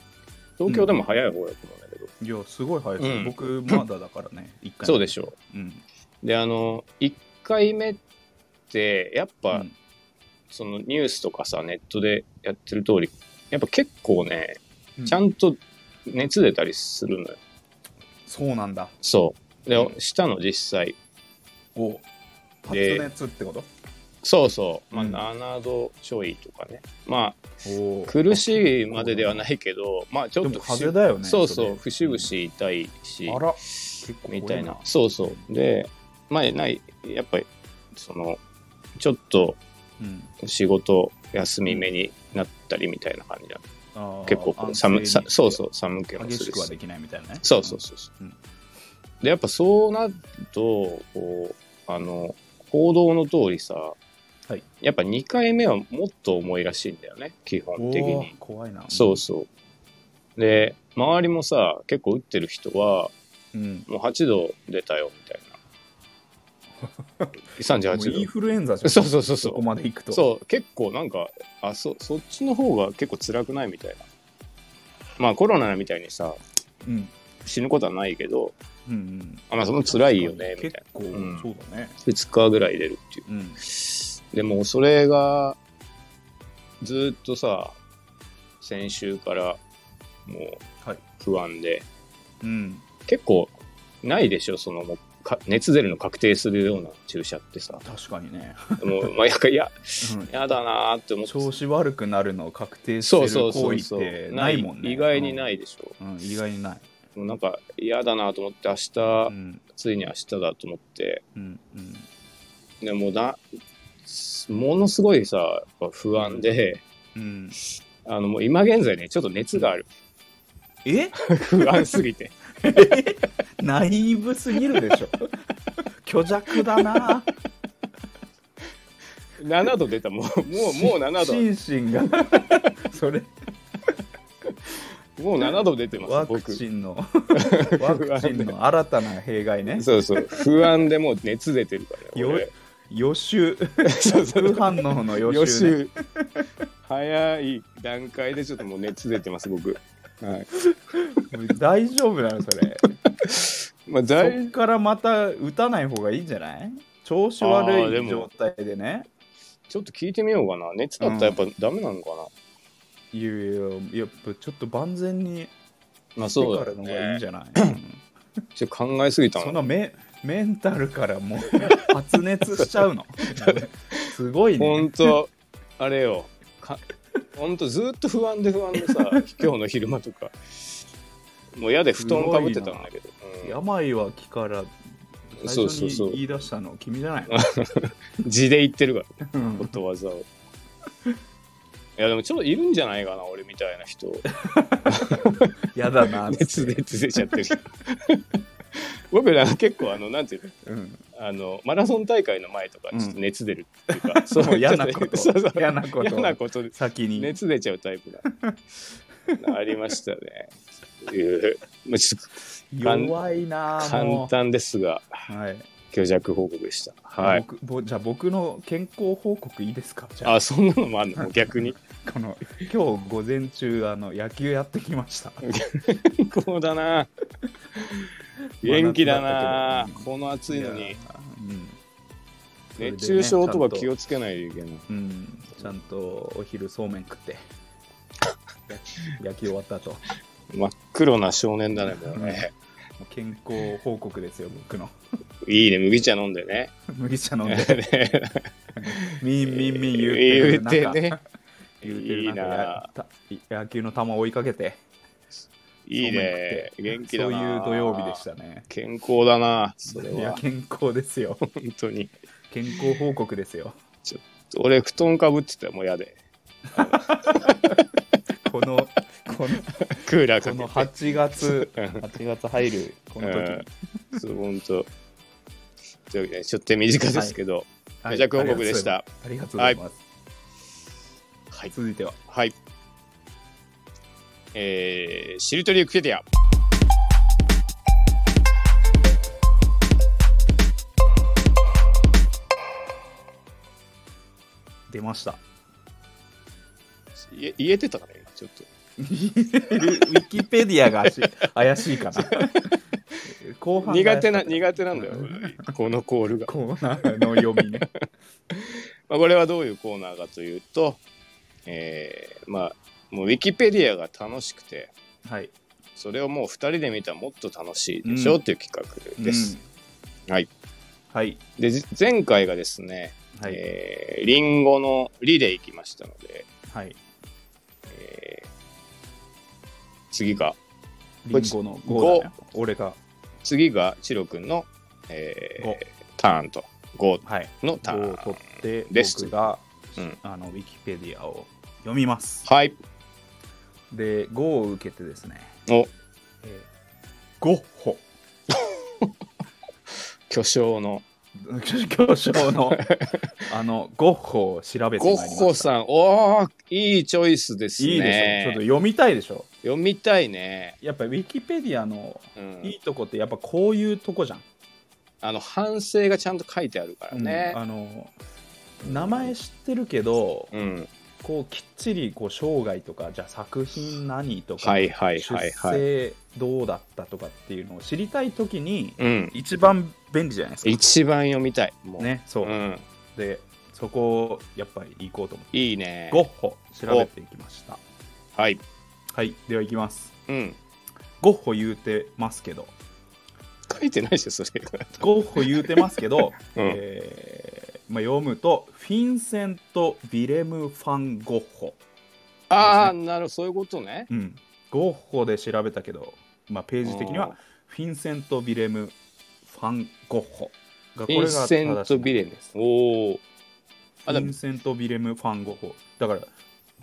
[SPEAKER 2] 東京でも早い方だと思うんだけど。
[SPEAKER 1] いや、すごい早いですよ、
[SPEAKER 2] うん
[SPEAKER 1] 僕、まだだからね、一回。
[SPEAKER 2] そうでしょ
[SPEAKER 1] うん。
[SPEAKER 2] う。で、あの、1回目って、やっぱ、
[SPEAKER 1] うん
[SPEAKER 2] そのニュースとかさ、ネットでやってる通り、やっぱ結構ね、
[SPEAKER 1] う
[SPEAKER 2] ちゃんと熱出たりするのよ。
[SPEAKER 1] そうなんだ。
[SPEAKER 2] そう。で
[SPEAKER 1] う、
[SPEAKER 2] したの実際。
[SPEAKER 1] お発
[SPEAKER 2] で
[SPEAKER 1] 熱ってこと
[SPEAKER 2] そうそう、まあ、
[SPEAKER 1] うん
[SPEAKER 2] 7度ちょいとかね、ま
[SPEAKER 1] おー
[SPEAKER 2] あ苦しいまでではないけどまあちょ
[SPEAKER 1] で
[SPEAKER 2] っ
[SPEAKER 1] も
[SPEAKER 2] と
[SPEAKER 1] 風邪だよね
[SPEAKER 2] そうそう節
[SPEAKER 1] れ
[SPEAKER 2] 々痛いし
[SPEAKER 1] あら結構怖
[SPEAKER 2] みたいなそうそうでまあないやっぱりそのちょっと
[SPEAKER 1] うん
[SPEAKER 2] 仕事休み目になったりみたいな感じだ
[SPEAKER 1] あー
[SPEAKER 2] 結構こう寒さそうそうう寒気も
[SPEAKER 1] 激
[SPEAKER 2] す
[SPEAKER 1] し
[SPEAKER 2] る
[SPEAKER 1] くは
[SPEAKER 2] し
[SPEAKER 1] できないみたいなね
[SPEAKER 2] そうそうそうそう、
[SPEAKER 1] うん
[SPEAKER 2] でやっぱそうなるとこうあの報道の通りさ、
[SPEAKER 1] はい
[SPEAKER 2] やっぱ2回目はもっと重いらしいんだよね基
[SPEAKER 1] うん
[SPEAKER 2] 本的
[SPEAKER 1] お
[SPEAKER 2] に
[SPEAKER 1] ー怖いな
[SPEAKER 2] そうそうで周りもさ結構打ってる人は
[SPEAKER 1] うん
[SPEAKER 2] もう8度出たよみたい な
[SPEAKER 1] もうイン
[SPEAKER 2] 38
[SPEAKER 1] フルエンザじゃ
[SPEAKER 2] 度
[SPEAKER 1] ん
[SPEAKER 2] そうそうそうそ
[SPEAKER 1] そうこまでいくと
[SPEAKER 2] そう結構なんかあそそっちの方が結構辛くないみたいなまあコロナみたいにさ
[SPEAKER 1] うん
[SPEAKER 2] 死ぬことはないけど
[SPEAKER 1] うんうん
[SPEAKER 2] あまあその辛いよねみたい
[SPEAKER 1] 結構
[SPEAKER 2] ん
[SPEAKER 1] そうだね
[SPEAKER 2] な2日ぐらい出るっていう
[SPEAKER 1] うん
[SPEAKER 2] でもそれがずーっとさ先週からも
[SPEAKER 1] はいう
[SPEAKER 2] 不安で
[SPEAKER 1] うん
[SPEAKER 2] 結構ないでしょそのもうか熱出るの確定するような注射ってさ
[SPEAKER 1] 確かにね
[SPEAKER 2] もうまあやかいや
[SPEAKER 1] うん
[SPEAKER 2] やだなーって思って
[SPEAKER 1] 調子悪くなるのを確定して
[SPEAKER 2] そう
[SPEAKER 1] る
[SPEAKER 2] そうそ
[SPEAKER 1] 行
[SPEAKER 2] う
[SPEAKER 1] 為
[SPEAKER 2] そ
[SPEAKER 1] って
[SPEAKER 2] う
[SPEAKER 1] ないもんね
[SPEAKER 2] 意外にないいでしょ、
[SPEAKER 1] うん意外にない
[SPEAKER 2] もうなんか嫌だなと思って明日、
[SPEAKER 1] うん
[SPEAKER 2] ついに明日だと思って
[SPEAKER 1] うんうん
[SPEAKER 2] でもうなものすごいさやっぱ不安で、
[SPEAKER 1] うん
[SPEAKER 2] あのもう今現在ねちょっと熱が ある
[SPEAKER 1] え
[SPEAKER 2] 不安すぎて
[SPEAKER 1] ナイーブすぎるでしょ 虚弱だな
[SPEAKER 2] 7度出たもうもうもう7
[SPEAKER 1] 心身が それ
[SPEAKER 2] 度もう7度出てま
[SPEAKER 1] ワ
[SPEAKER 2] す
[SPEAKER 1] ク
[SPEAKER 2] 僕
[SPEAKER 1] チン のワクチンの新たな弊害ね
[SPEAKER 2] そうそう不安でもう熱出てるから
[SPEAKER 1] よ
[SPEAKER 2] 俺
[SPEAKER 1] 予 習
[SPEAKER 2] そうそ
[SPEAKER 1] 副
[SPEAKER 2] う
[SPEAKER 1] 反応の予
[SPEAKER 2] 予
[SPEAKER 1] 習、ね、
[SPEAKER 2] 習早い段階でちょっともう熱出てます僕はい
[SPEAKER 1] 大丈夫なのそれ
[SPEAKER 2] ま
[SPEAKER 1] そ
[SPEAKER 2] あ在
[SPEAKER 1] っからまた打たない方がいいんじゃない調子
[SPEAKER 2] あー
[SPEAKER 1] 悪
[SPEAKER 2] で
[SPEAKER 1] い
[SPEAKER 2] も
[SPEAKER 1] 状態でね
[SPEAKER 2] ちょっと聞いてみようかな熱だったらやっぱダメなのかな、
[SPEAKER 1] いやいやいやちょっと万全に
[SPEAKER 2] まあ
[SPEAKER 1] して
[SPEAKER 2] そう
[SPEAKER 1] から
[SPEAKER 2] だよ
[SPEAKER 1] の方がいいん
[SPEAKER 2] ね
[SPEAKER 1] じゃない、うん
[SPEAKER 2] ちょっと考えすぎた
[SPEAKER 1] そ
[SPEAKER 2] な
[SPEAKER 1] のメメンタルから もう発熱しちゃうのすごい
[SPEAKER 2] ほ
[SPEAKER 1] ね
[SPEAKER 2] んとあれよかほんとずっと不安で不安 でさ今日の昼間とかもう嫌で布団かぶってたんだけど、うん
[SPEAKER 1] 病は気から
[SPEAKER 2] そ
[SPEAKER 1] 最
[SPEAKER 2] う
[SPEAKER 1] 初
[SPEAKER 2] そう
[SPEAKER 1] に
[SPEAKER 2] そう
[SPEAKER 1] 言い出したの君じ ゃない
[SPEAKER 2] 字で言ってるから
[SPEAKER 1] の
[SPEAKER 2] ことわざをいやでもちょっといるんじゃないかな俺みたいな人
[SPEAKER 1] やだなって
[SPEAKER 2] 熱で熱出ちゃ ってる人僕ら結構あのなんていうの
[SPEAKER 1] うん
[SPEAKER 2] あのマラソン大会の前とかちょっと熱出るっていうか、そ
[SPEAKER 1] もう嫌なこ
[SPEAKER 2] そうそう
[SPEAKER 1] と嫌なこと
[SPEAKER 2] 嫌なこと
[SPEAKER 1] 先に
[SPEAKER 2] 熱出ちゃうタイプだありましたねいうまあちょっ
[SPEAKER 1] 弱いな
[SPEAKER 2] と
[SPEAKER 1] あも
[SPEAKER 2] 簡
[SPEAKER 1] う
[SPEAKER 2] 単ですが
[SPEAKER 1] はい
[SPEAKER 2] 虚弱報告でしたはい
[SPEAKER 1] 僕ぼじゃあ僕の健康報告いいですかじゃあ
[SPEAKER 2] あそんなのもあるの逆に
[SPEAKER 1] この今日午前中あの野球やってきました
[SPEAKER 2] こう だな元気だ
[SPEAKER 1] 真夏だ
[SPEAKER 2] な
[SPEAKER 1] ったけど
[SPEAKER 2] この暑いの
[SPEAKER 1] や
[SPEAKER 2] に
[SPEAKER 1] うんそれでね
[SPEAKER 2] 熱中症とか気
[SPEAKER 1] ちゃん
[SPEAKER 2] をつけないといけない
[SPEAKER 1] うんちゃんとお昼そうめん食って 野球終わった後
[SPEAKER 2] 真っ黒な少年だねもうね
[SPEAKER 1] 健康報告ですよ僕の
[SPEAKER 2] いいね麦茶飲んでね
[SPEAKER 1] 麦茶飲んで
[SPEAKER 2] ね
[SPEAKER 1] みんみんみん言う
[SPEAKER 2] 言
[SPEAKER 1] て
[SPEAKER 2] う
[SPEAKER 1] る
[SPEAKER 2] て
[SPEAKER 1] 中
[SPEAKER 2] ね
[SPEAKER 1] 言うてる
[SPEAKER 2] いい
[SPEAKER 1] 中や
[SPEAKER 2] な
[SPEAKER 1] た野球の球を追いかけて
[SPEAKER 2] いいね元気だな
[SPEAKER 1] そういう土曜日でしたね
[SPEAKER 2] 健康だなそれ
[SPEAKER 1] いや
[SPEAKER 2] は
[SPEAKER 1] 健康です よ
[SPEAKER 2] 本当に
[SPEAKER 1] 健康報告ですよ
[SPEAKER 2] 俺布団かぶってたらもう嫌で
[SPEAKER 1] このこの
[SPEAKER 2] クーラーか
[SPEAKER 1] この
[SPEAKER 2] け
[SPEAKER 1] 8月
[SPEAKER 2] て
[SPEAKER 1] 8月入るこの時に、
[SPEAKER 2] うんそう本当というわけでちょっと手短ですけど、
[SPEAKER 1] はい
[SPEAKER 2] 虚弱報告でした
[SPEAKER 1] ありがとうございます、
[SPEAKER 2] はい
[SPEAKER 1] 続いては
[SPEAKER 2] はいえー、しりとりウィキペディア
[SPEAKER 1] 出ました
[SPEAKER 2] い言えてたかね今ちょっと
[SPEAKER 1] ウィキペディアが怪し怪しいかな。後半が
[SPEAKER 2] 苦
[SPEAKER 1] 怪しか
[SPEAKER 2] 手な
[SPEAKER 1] った
[SPEAKER 2] 苦手なんだよ俺このコール が、
[SPEAKER 1] コーナーの読みね。
[SPEAKER 2] まあ、これはどういうコーナーかというとえー、まあもうウィキペディアが楽しくて
[SPEAKER 1] はい。
[SPEAKER 2] それをもう2人で見たらもっと楽しい でしょ、
[SPEAKER 1] うん
[SPEAKER 2] っていう企画です、
[SPEAKER 1] うん
[SPEAKER 2] はい。
[SPEAKER 1] はい。
[SPEAKER 2] でじ前回がですね
[SPEAKER 1] はい
[SPEAKER 2] えーリンゴのリで行きましたので、
[SPEAKER 1] はい
[SPEAKER 2] えー次が、
[SPEAKER 1] リンゴの5だね俺が
[SPEAKER 2] 次がチロ君の、えー
[SPEAKER 1] 5
[SPEAKER 2] ターンと、5
[SPEAKER 1] はい
[SPEAKER 2] のタ
[SPEAKER 1] 5
[SPEAKER 2] ー
[SPEAKER 1] を
[SPEAKER 2] ン。
[SPEAKER 1] 取って
[SPEAKER 2] です
[SPEAKER 1] 僕が、
[SPEAKER 2] うん
[SPEAKER 1] あのウィキペディアを読みます
[SPEAKER 2] はい。
[SPEAKER 1] で5を受けてですね、
[SPEAKER 2] お、
[SPEAKER 1] えーゴッホ
[SPEAKER 2] 巨匠の。
[SPEAKER 1] 巨匠 のあのゴッホを調べてまい
[SPEAKER 2] ゴ
[SPEAKER 1] りまし
[SPEAKER 2] ッ
[SPEAKER 1] た
[SPEAKER 2] ホさん、おー、いいチョイスですね。
[SPEAKER 1] いいでしょちょっと読みたいでしょ
[SPEAKER 2] 読みたいね。
[SPEAKER 1] やっぱウィキペディアの
[SPEAKER 2] うん
[SPEAKER 1] いいとこってやっぱこういうとこじゃん、
[SPEAKER 2] あの、反省がちゃんと書いてあるからね
[SPEAKER 1] うん。あの名前知ってるけど、
[SPEAKER 2] うん。
[SPEAKER 1] こうきっちりこう生涯とかじゃあ作品何とか、
[SPEAKER 2] はいはいはいはい。
[SPEAKER 1] 出生どうだったとかっていうのを知りたい時に
[SPEAKER 2] うん。
[SPEAKER 1] 一番便利じゃないですか
[SPEAKER 2] 一番読みたい。もう。
[SPEAKER 1] ねそう、
[SPEAKER 2] うん。
[SPEAKER 1] でそこをやっぱり行こうと思って
[SPEAKER 2] いいね。
[SPEAKER 1] ゴッホ調べていきました
[SPEAKER 2] はい。
[SPEAKER 1] はいでは行きます
[SPEAKER 2] うん。
[SPEAKER 1] ゴッホ言うてますけど
[SPEAKER 2] 書いてないでしょ、それ。
[SPEAKER 1] ゴッホ言うてますけど、
[SPEAKER 2] うん
[SPEAKER 1] えーまあ、読むとフィンセント・ヴィレム・ファン・ゴッホ、
[SPEAKER 2] ああ、なるほど、そういうことね。
[SPEAKER 1] うん、ゴッホで調べたけど、まあ、ページ的にはフィンセント・ヴィレム・ファン・ゴッホが
[SPEAKER 2] インセント・ビレ
[SPEAKER 1] ム
[SPEAKER 2] ムです。おお。
[SPEAKER 1] フ
[SPEAKER 2] あで
[SPEAKER 1] ィ
[SPEAKER 2] も
[SPEAKER 1] ンセント・ヴィレム・ファン・ゴッホだからヴ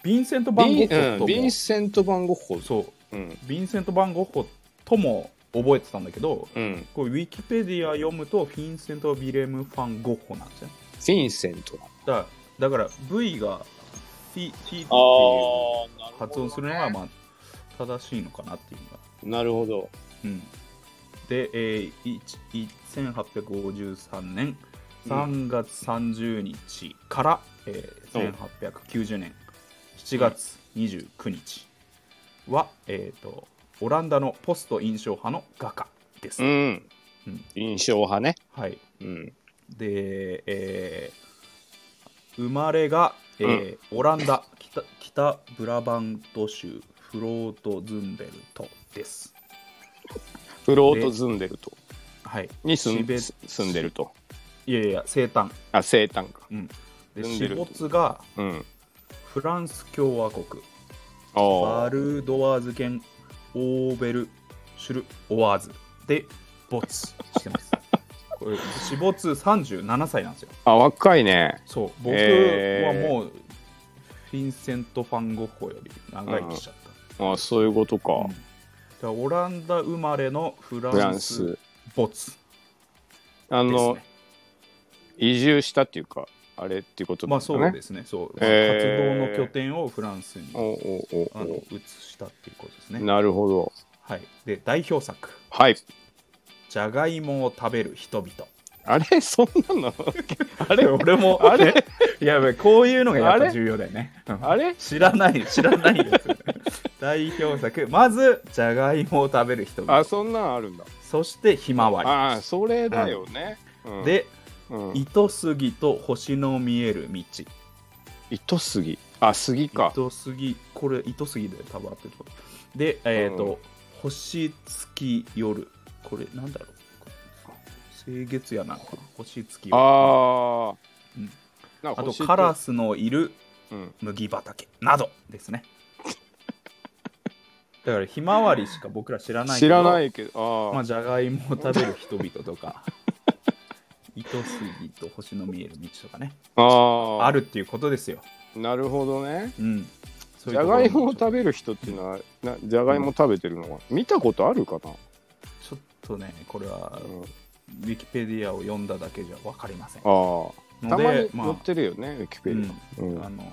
[SPEAKER 1] ィンセント・バン・ゴ
[SPEAKER 2] ビ
[SPEAKER 1] ッホ
[SPEAKER 2] ンうん
[SPEAKER 1] とも、
[SPEAKER 2] ビンセント・バンゴッホ。
[SPEAKER 1] そう
[SPEAKER 2] うん。
[SPEAKER 1] ヴィンセント・バン・ゴッホとも覚えてたんだけど
[SPEAKER 2] うん。
[SPEAKER 1] こうウィキペディア読むとフィンセント・ヴィレム・ファン・ゴッホなんですね
[SPEAKER 2] フィンセント。
[SPEAKER 1] だだから V が T, T っていう
[SPEAKER 2] あ
[SPEAKER 1] 発音するのがまあ正しいのかなっていうのが。
[SPEAKER 2] なるほど。
[SPEAKER 1] うん、で、えー、い1853年3月30日から、えー1890年7月29日は、えー、とオランダのポスト印象派の画家です。
[SPEAKER 2] うん
[SPEAKER 1] うん。
[SPEAKER 2] 印象派ね。
[SPEAKER 1] はい、
[SPEAKER 2] うん。
[SPEAKER 1] で、えー生まれが、えーオランダ北北ブラバント州フロートズンベルトです。
[SPEAKER 2] フロート住んでると。
[SPEAKER 1] はい、
[SPEAKER 2] に住
[SPEAKER 1] シ
[SPEAKER 2] ん
[SPEAKER 1] ベ
[SPEAKER 2] 住んでると。
[SPEAKER 1] いやいや生誕、
[SPEAKER 2] あ、生誕か。
[SPEAKER 1] うん、で
[SPEAKER 2] ズンベ
[SPEAKER 1] 死
[SPEAKER 2] ルト
[SPEAKER 1] 没が
[SPEAKER 2] うん。
[SPEAKER 1] フランス共和国
[SPEAKER 2] あ
[SPEAKER 1] バ
[SPEAKER 2] あ。
[SPEAKER 1] ルドワーズ県オーベルシュルオワーズで没して ますこれ死没37歳なんですよ
[SPEAKER 2] あ、若いね。
[SPEAKER 1] そう僕は
[SPEAKER 2] えー
[SPEAKER 1] もう、フィンセント・ファン・ゴッホより長生きしちゃった、
[SPEAKER 2] あそういうことか。
[SPEAKER 1] うんだからオランダ生まれのフ
[SPEAKER 2] フ
[SPEAKER 1] ラ
[SPEAKER 2] ラ
[SPEAKER 1] ン
[SPEAKER 2] ン
[SPEAKER 1] ス
[SPEAKER 2] ス。
[SPEAKER 1] 没
[SPEAKER 2] あ
[SPEAKER 1] です
[SPEAKER 2] の、
[SPEAKER 1] ね。
[SPEAKER 2] 移住したっていうか、あれっていうこと
[SPEAKER 1] まあ
[SPEAKER 2] ですかね。
[SPEAKER 1] そうですね。そう、まあ
[SPEAKER 2] えー
[SPEAKER 1] 活動の拠点をフランスに
[SPEAKER 2] おおお
[SPEAKER 1] あの
[SPEAKER 2] お
[SPEAKER 1] 移したっていうことですね。
[SPEAKER 2] なるほど。
[SPEAKER 1] はい。で代表作
[SPEAKER 2] はい。
[SPEAKER 1] 「じゃがいもを食べる人々
[SPEAKER 2] あれそんなのあ」れ
[SPEAKER 1] 俺も あれいやべこういうのがやっぱ重要だよね。うん
[SPEAKER 2] あれ
[SPEAKER 1] 知らない知らないやつ。 代表作まずじゃがいもを食べる人々
[SPEAKER 2] あ、そんなんあるんだ。
[SPEAKER 1] そしてひまわ
[SPEAKER 2] ああ、それだよね。うん
[SPEAKER 1] りで
[SPEAKER 2] うん
[SPEAKER 1] 糸杉と星の見える道。
[SPEAKER 2] 糸杉。あ、杉か。
[SPEAKER 1] 糸杉これ糸杉で多分合ってると思うでえっ、と、
[SPEAKER 2] うん
[SPEAKER 1] 星月夜これなんだろう清月夜なのかな星月夜
[SPEAKER 2] ああ
[SPEAKER 1] うん。
[SPEAKER 2] なん
[SPEAKER 1] あ
[SPEAKER 2] か
[SPEAKER 1] と
[SPEAKER 2] 星
[SPEAKER 1] カラスのいる
[SPEAKER 2] うん
[SPEAKER 1] 麦畑などです ねだからひまわりしか僕ら知らない
[SPEAKER 2] 知らないいけど。
[SPEAKER 1] ま
[SPEAKER 2] あ
[SPEAKER 1] あじゃがいもを食べる人々と か糸杉と星の見える道とかね
[SPEAKER 2] あー
[SPEAKER 1] あるっていうことですよ
[SPEAKER 2] なるほどね。
[SPEAKER 1] うんそう
[SPEAKER 2] じ
[SPEAKER 1] う
[SPEAKER 2] ゃ
[SPEAKER 1] ところ
[SPEAKER 2] が
[SPEAKER 1] に
[SPEAKER 2] いもを食べる人っていうのは、なじゃがいも食べてるのは、見たことあるかな、
[SPEAKER 1] ちょっとねこれは
[SPEAKER 2] うん、あ
[SPEAKER 1] ウィキペディアを読んだだけじゃ分かりません。
[SPEAKER 2] あ。た
[SPEAKER 1] の
[SPEAKER 2] ま
[SPEAKER 1] で
[SPEAKER 2] に、載
[SPEAKER 1] ま
[SPEAKER 2] ってるよね、ウィキ
[SPEAKER 1] あう
[SPEAKER 2] ペデ
[SPEAKER 1] ん
[SPEAKER 2] ィア。うん
[SPEAKER 1] あの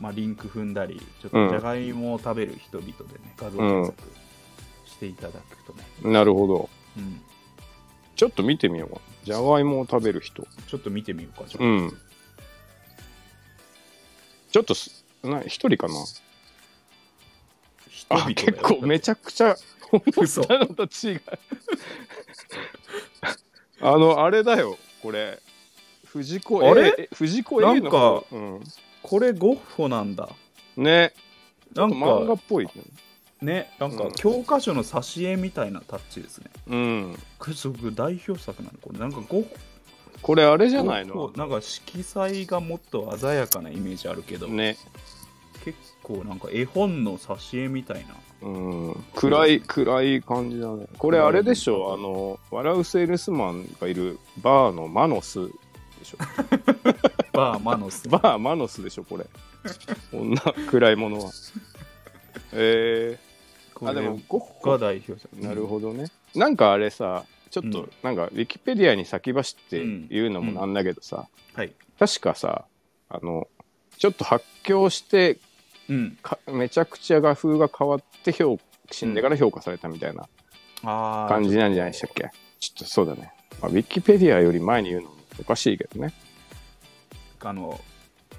[SPEAKER 1] まあ、リンク踏んだり、ちょっ
[SPEAKER 2] う
[SPEAKER 1] と
[SPEAKER 2] ん
[SPEAKER 1] じゃがいもを食べる人々でね、画像検索していただくとね、
[SPEAKER 2] なるほど。
[SPEAKER 1] うん
[SPEAKER 2] ちょっと見てみようかな。じゃがいもを食べる人。
[SPEAKER 1] ちょっと見てみようか、じゃあ
[SPEAKER 2] うん。ちょっとす、な、一人かな。
[SPEAKER 1] 人々だ
[SPEAKER 2] あ、
[SPEAKER 1] よ
[SPEAKER 2] 結構めちゃくちゃ、思ったのと違う。 あの、あれだよ、これ。藤子 A、
[SPEAKER 1] あれ
[SPEAKER 2] え藤子 A
[SPEAKER 1] なん
[SPEAKER 2] の方
[SPEAKER 1] か
[SPEAKER 2] う
[SPEAKER 1] これゴッホなんだ。
[SPEAKER 2] ん、ね、
[SPEAKER 1] なん
[SPEAKER 2] 漫
[SPEAKER 1] か
[SPEAKER 2] 画っぽいね。
[SPEAKER 1] ね、なん
[SPEAKER 2] う
[SPEAKER 1] か
[SPEAKER 2] ん
[SPEAKER 1] 教科書の挿絵みたいなタッチですね。
[SPEAKER 2] うん。
[SPEAKER 1] くすぐ代表作なのこれ、なんかゴッ
[SPEAKER 2] これあれじゃないの
[SPEAKER 1] こうなんか色彩がもっと鮮やかなイメージあるけど、
[SPEAKER 2] ね。
[SPEAKER 1] 結構なんか絵本の挿絵みたい な
[SPEAKER 2] うん。暗い、暗い感じだね。これあれでしょあの、笑うセールスマンがいるバーのマノスでしょ。
[SPEAKER 1] バーマノス
[SPEAKER 2] バーマノスでしょ、これ。こんな暗いものは。え
[SPEAKER 1] こ
[SPEAKER 2] ー、あ、でも
[SPEAKER 1] れ
[SPEAKER 2] ゴッホ
[SPEAKER 1] が代表者
[SPEAKER 2] なるほどね。なんかあれさ、ちょっ
[SPEAKER 1] う
[SPEAKER 2] と
[SPEAKER 1] ん
[SPEAKER 2] なんかウィキペディアに先走って言うのもなんだけどさ、
[SPEAKER 1] はい
[SPEAKER 2] 確かさ、あの、ちょっと発狂して
[SPEAKER 1] うん
[SPEAKER 2] かめちゃくちゃ画風が変わって評死んでから評価されたみたいな
[SPEAKER 1] ああ
[SPEAKER 2] 感じなんじゃないでしたっけちょっとそうだね、まあ、ウィキペディアより前に言うのもおかしいけどね
[SPEAKER 1] あの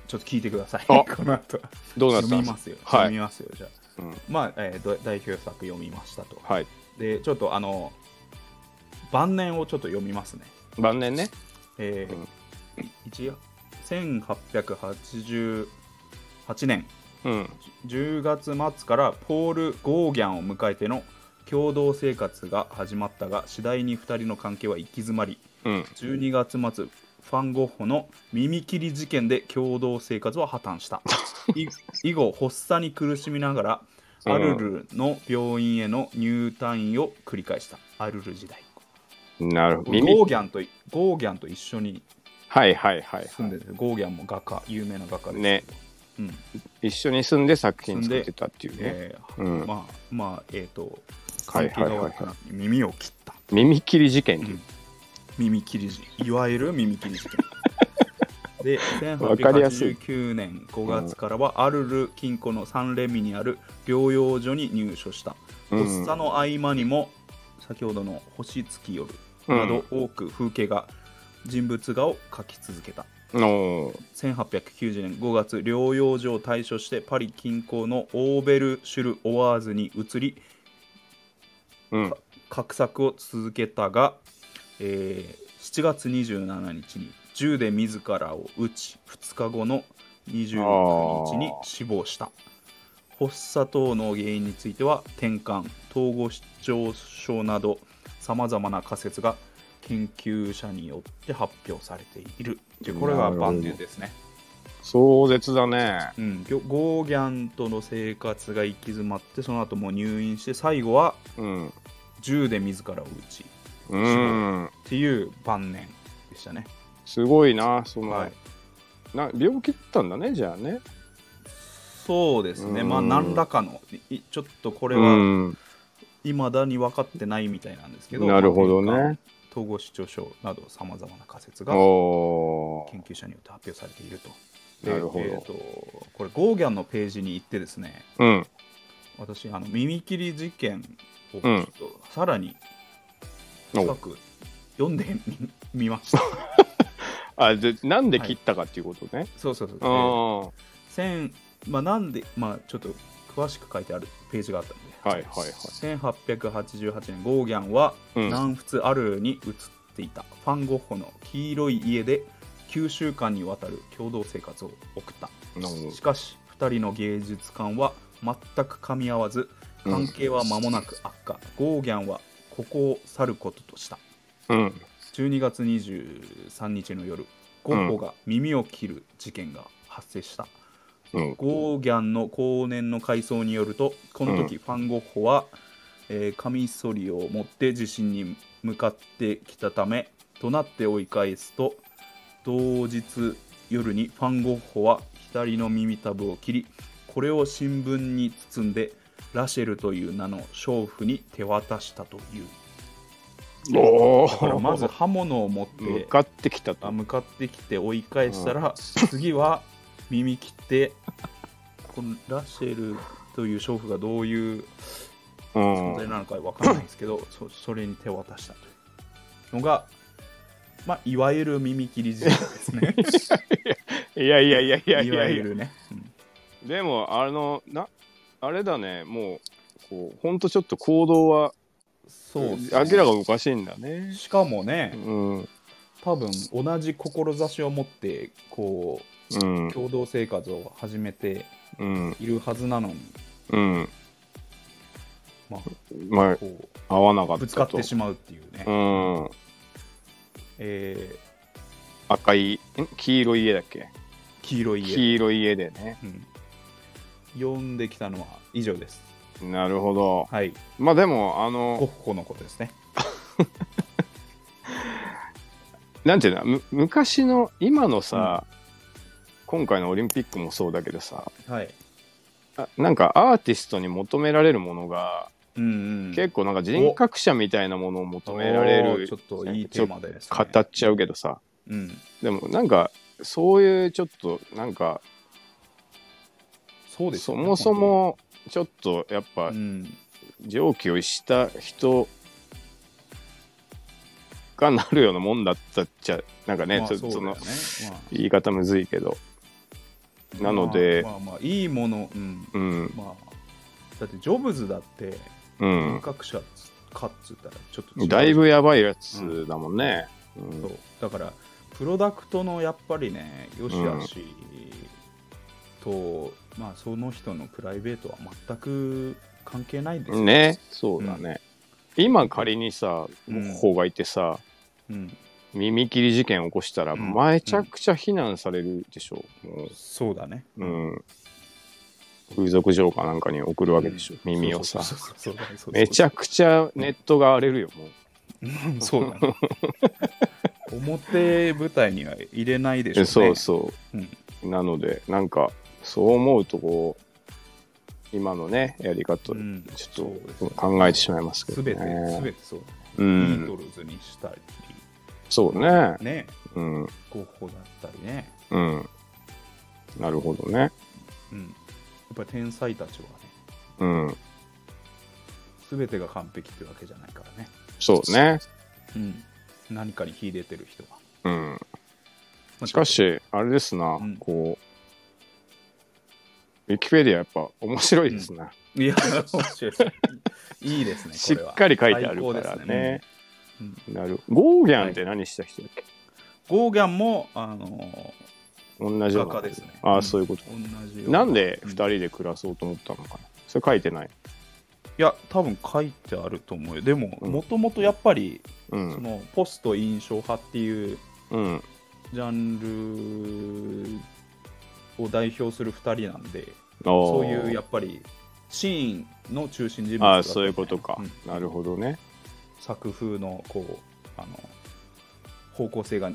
[SPEAKER 1] ちょっと聞いてください
[SPEAKER 2] あ
[SPEAKER 1] この後
[SPEAKER 2] どうなった
[SPEAKER 1] 読
[SPEAKER 2] ん
[SPEAKER 1] み
[SPEAKER 2] で
[SPEAKER 1] ますすよ、
[SPEAKER 2] はい
[SPEAKER 1] 読みますよじゃあ、
[SPEAKER 2] うん
[SPEAKER 1] まあ、えーど代表作読みましたと、
[SPEAKER 2] はい
[SPEAKER 1] でちょっとあの晩年をちょっと読みますね
[SPEAKER 2] 晩年ね
[SPEAKER 1] えー1888年
[SPEAKER 2] うん
[SPEAKER 1] 10月末からポール・ゴーギャンを迎えての共同生活が始まったが次第に2人の関係は行き詰まり
[SPEAKER 2] うん
[SPEAKER 1] 12月末ファン・ゴッホの耳切り事件で共同生活は破綻したい以後発作に苦しみながら
[SPEAKER 2] うん
[SPEAKER 1] アルルの病院への入退院を繰り返したアルル時代
[SPEAKER 2] なるほ
[SPEAKER 1] ゴ
[SPEAKER 2] ど耳
[SPEAKER 1] ーギャンとゴーギャンと一緒に
[SPEAKER 2] はいはいはい、
[SPEAKER 1] 住んでて、ゴーギャンも画家有名な画家です
[SPEAKER 2] ね
[SPEAKER 1] うん
[SPEAKER 2] 一緒に住んで作品作ってたっていうね、
[SPEAKER 1] えー
[SPEAKER 2] うん
[SPEAKER 1] まあまあえっ、と
[SPEAKER 2] はい
[SPEAKER 1] 関係が
[SPEAKER 2] はいはいはい
[SPEAKER 1] 悪くなって耳を切った
[SPEAKER 2] 耳切り事件っていう、
[SPEAKER 1] 耳切り事いわゆる耳切り 事件で
[SPEAKER 2] わかりやすい
[SPEAKER 1] 1889年5月からはアルル近郊のサンレミにある療養所に入所した
[SPEAKER 2] うん
[SPEAKER 1] 発作の合間にも先ほどの「星月夜」など多く風景画人物画を描き続けた
[SPEAKER 2] のー
[SPEAKER 1] 1890年5月療養所を退所してパリ近郊のオーベルシュル・オワーズに移り
[SPEAKER 2] うん
[SPEAKER 1] 画策を続けたが、えー7月27日に銃で自らを撃ち2日後の29日に死亡した発作等の原因については転換統合失調症などさまざまな仮説が研究者によって発表されているでこれが晩年ですね
[SPEAKER 2] 壮絶だね
[SPEAKER 1] うん、ギョゴーギャンとの生活が行き詰まってその後もう入院して最後は
[SPEAKER 2] うん
[SPEAKER 1] 銃で自らを撃ちっ
[SPEAKER 2] うん
[SPEAKER 1] ていう晩年でしたね、
[SPEAKER 2] すごいなその、
[SPEAKER 1] はい、
[SPEAKER 2] な病気だったんだねじゃあね
[SPEAKER 1] そうですね
[SPEAKER 2] うん
[SPEAKER 1] まあ何らかのいちょっとこれ
[SPEAKER 2] う
[SPEAKER 1] は
[SPEAKER 2] ん
[SPEAKER 1] 未だに分かってないみたいなんですけど、
[SPEAKER 2] なるほどね
[SPEAKER 1] まあ転換統合失調症などさまざまな仮説が
[SPEAKER 2] おー
[SPEAKER 1] 研究者によって発表されているとで
[SPEAKER 2] なるほ
[SPEAKER 1] え
[SPEAKER 2] ど
[SPEAKER 1] ーとこれゴーギャンのページに行ってですね
[SPEAKER 2] うん
[SPEAKER 1] 私あの耳切り事件をち
[SPEAKER 2] う
[SPEAKER 1] ょっ
[SPEAKER 2] ん
[SPEAKER 1] とさらに
[SPEAKER 2] お
[SPEAKER 1] 深く読んでみ見ま した。
[SPEAKER 2] あでなんで切ったかっていうことね、
[SPEAKER 1] そうそうそう。
[SPEAKER 2] あー
[SPEAKER 1] 千まあなんでまあちょっと詳しく書いてあるページがあったので。
[SPEAKER 2] はいはいはい
[SPEAKER 1] 1888年ゴーギャンは
[SPEAKER 2] うん
[SPEAKER 1] 南仏アルルに移っていた、ファン・ゴッホの黄色い家で9週間にわたる共同生活を送った
[SPEAKER 2] なるほど
[SPEAKER 1] しかし2人の芸術観は全く噛み合わず関係は間もなく悪化、ゴーギャンはここを去ることとした
[SPEAKER 2] うん
[SPEAKER 1] 12月23日の夜ゴッホが耳を切る事件が発生した、
[SPEAKER 2] うん
[SPEAKER 1] ゴーギャンの後年の回想によるとこの時ファン・ゴッホは、えーカミソリを持って地震に向かってきたため怒鳴って追い返すと同日夜にファン・ゴッホは左の耳たぶを切りこれを新聞に包んでラシェルという名の娼婦に手渡したという
[SPEAKER 2] お
[SPEAKER 1] だから
[SPEAKER 2] ー
[SPEAKER 1] まず刃物を持って
[SPEAKER 2] 向かってきた
[SPEAKER 1] あ
[SPEAKER 2] と
[SPEAKER 1] 向かってきて追い返したら、次は耳切ってこのラシェルという娼婦がどういう
[SPEAKER 2] う
[SPEAKER 1] 存在
[SPEAKER 2] ん
[SPEAKER 1] なのか分からないですけど、そそれに手を渡したというのが、まあ、いわゆる耳切り事件ですね
[SPEAKER 2] いやいやい やい
[SPEAKER 1] い
[SPEAKER 2] やい
[SPEAKER 1] わ
[SPEAKER 2] やい
[SPEAKER 1] ゆ
[SPEAKER 2] や
[SPEAKER 1] るね、
[SPEAKER 2] でもあのなあれだねもうこうほんとちょっと行動は
[SPEAKER 1] そうっ
[SPEAKER 2] 明
[SPEAKER 1] す
[SPEAKER 2] ら
[SPEAKER 1] ね
[SPEAKER 2] かおかしいんだね
[SPEAKER 1] しかもね
[SPEAKER 2] うんうん
[SPEAKER 1] 多分同じ志を持ってこう共同生活を始めて
[SPEAKER 2] うん
[SPEAKER 1] いるはずなのに、
[SPEAKER 2] うん
[SPEAKER 1] まあ、
[SPEAKER 2] まあ
[SPEAKER 1] こ
[SPEAKER 2] 合わなか
[SPEAKER 1] う
[SPEAKER 2] ったと
[SPEAKER 1] ぶつかってしまうっていうね、
[SPEAKER 2] うん
[SPEAKER 1] え
[SPEAKER 2] 赤い、ん黄色い家だっけ
[SPEAKER 1] 黄色い家、
[SPEAKER 2] 黄色い家でね。
[SPEAKER 1] うん、読んできたのは以上です
[SPEAKER 2] なるほど。
[SPEAKER 1] はい
[SPEAKER 2] まあでも、
[SPEAKER 1] ゴッ
[SPEAKER 2] あの、
[SPEAKER 1] ホのことですね
[SPEAKER 2] なんていうの、む昔の、今のさ、今回のオリンピックもそうだけどさ、
[SPEAKER 1] はい
[SPEAKER 2] あなんかアーティストに求められるものが、
[SPEAKER 1] うん、うん、
[SPEAKER 2] 結構なんか人格者みたいなものを求められ
[SPEAKER 1] おー
[SPEAKER 2] る
[SPEAKER 1] ちょっといいテーマです、ね、
[SPEAKER 2] 語っちゃうけどさ
[SPEAKER 1] うん
[SPEAKER 2] でもなんかそういうちょっとなんか
[SPEAKER 1] そうです
[SPEAKER 2] そ
[SPEAKER 1] よね
[SPEAKER 2] もそもちょっとやっぱ
[SPEAKER 1] うん
[SPEAKER 2] 常軌を逸した人がなるようなもんだったっちゃなんかね,、
[SPEAKER 1] まあ
[SPEAKER 2] ちょ
[SPEAKER 1] そうだ
[SPEAKER 2] そ
[SPEAKER 1] よね
[SPEAKER 2] の
[SPEAKER 1] まあ
[SPEAKER 2] 言い方むずいけどなので、
[SPEAKER 1] まあまあまあいいもの、うん
[SPEAKER 2] うん
[SPEAKER 1] まあ、だってジョブズだって
[SPEAKER 2] う
[SPEAKER 1] 人
[SPEAKER 2] ん
[SPEAKER 1] 格者かっつったらちょっと違う
[SPEAKER 2] だいぶやばいやつだもんね、うん
[SPEAKER 1] そうだからプロダクトのやっぱりねよしあしと、まあ、その人のプライベートは全く関係ないですよ
[SPEAKER 2] ね、そうだね、今仮にさ
[SPEAKER 1] うん
[SPEAKER 2] 方がいてさ、
[SPEAKER 1] うん、
[SPEAKER 2] 耳切り事件起こしたら
[SPEAKER 1] うん
[SPEAKER 2] めちゃくちゃ非難されるでしょう、
[SPEAKER 1] そうだね
[SPEAKER 2] うんうん風俗嬢かなんかに送るわけでしょ、耳をさ
[SPEAKER 1] そうそうそうそうそうそう
[SPEAKER 2] めちゃくちゃネットが荒れるよもう
[SPEAKER 1] うんそうだね 表舞台には入れないでしょうね
[SPEAKER 2] そうそうう、
[SPEAKER 1] ん
[SPEAKER 2] なのでなんかそう思うとこう今のねやり方、
[SPEAKER 1] うん
[SPEAKER 2] ち
[SPEAKER 1] そう
[SPEAKER 2] ょ
[SPEAKER 1] で
[SPEAKER 2] っ
[SPEAKER 1] す
[SPEAKER 2] と
[SPEAKER 1] ね
[SPEAKER 2] 考えてしまいますけど
[SPEAKER 1] すべて、
[SPEAKER 2] ね
[SPEAKER 1] すべてそう。
[SPEAKER 2] う
[SPEAKER 1] ビ
[SPEAKER 2] ん
[SPEAKER 1] ートルズにしたり、
[SPEAKER 2] そうね
[SPEAKER 1] ね、
[SPEAKER 2] うん
[SPEAKER 1] ゴッホだったりね。
[SPEAKER 2] うんなるほどね
[SPEAKER 1] うん。やっぱり天才たちはね、
[SPEAKER 2] うん
[SPEAKER 1] すべてが完璧ってわけじゃないからね。
[SPEAKER 2] そうね
[SPEAKER 1] うん。何かに秀でてる人は。
[SPEAKER 2] うん
[SPEAKER 1] まあ
[SPEAKER 2] しか、し、あれですな、
[SPEAKER 1] うん
[SPEAKER 2] こう、ウィキペディアやっぱ面白いですね。
[SPEAKER 1] いや、面白いです。いいですね、
[SPEAKER 2] し
[SPEAKER 1] これは
[SPEAKER 2] っかり書いてあるか
[SPEAKER 1] 最
[SPEAKER 2] ら
[SPEAKER 1] 高です
[SPEAKER 2] ね。
[SPEAKER 1] うん
[SPEAKER 2] なるゴーギャンって何した人だっけ、
[SPEAKER 1] ゴーギャンも、あの
[SPEAKER 2] 同
[SPEAKER 1] ー、
[SPEAKER 2] じよ
[SPEAKER 1] 画
[SPEAKER 2] う
[SPEAKER 1] 家
[SPEAKER 2] な。
[SPEAKER 1] ですね。
[SPEAKER 2] あ
[SPEAKER 1] ん
[SPEAKER 2] あ、そういうこと。
[SPEAKER 1] 同じよう
[SPEAKER 2] なんで
[SPEAKER 1] う
[SPEAKER 2] 2人で暮らそうと思ったのかなそれ書いてない。
[SPEAKER 1] いや、多分書いてあると思うよ。でも、
[SPEAKER 2] うん
[SPEAKER 1] もともとやっぱり、
[SPEAKER 2] う
[SPEAKER 1] そ
[SPEAKER 2] ん。
[SPEAKER 1] の、ポスト印象派っていう、
[SPEAKER 2] うん。
[SPEAKER 1] ジャンルを代表する2人なんで、そ
[SPEAKER 2] そ
[SPEAKER 1] ういうやっぱりシーンの中心人物
[SPEAKER 2] あ
[SPEAKER 1] だ
[SPEAKER 2] あ、
[SPEAKER 1] った
[SPEAKER 2] そういうことか。
[SPEAKER 1] うん
[SPEAKER 2] なるほどね。
[SPEAKER 1] 作風のこうあの方向性が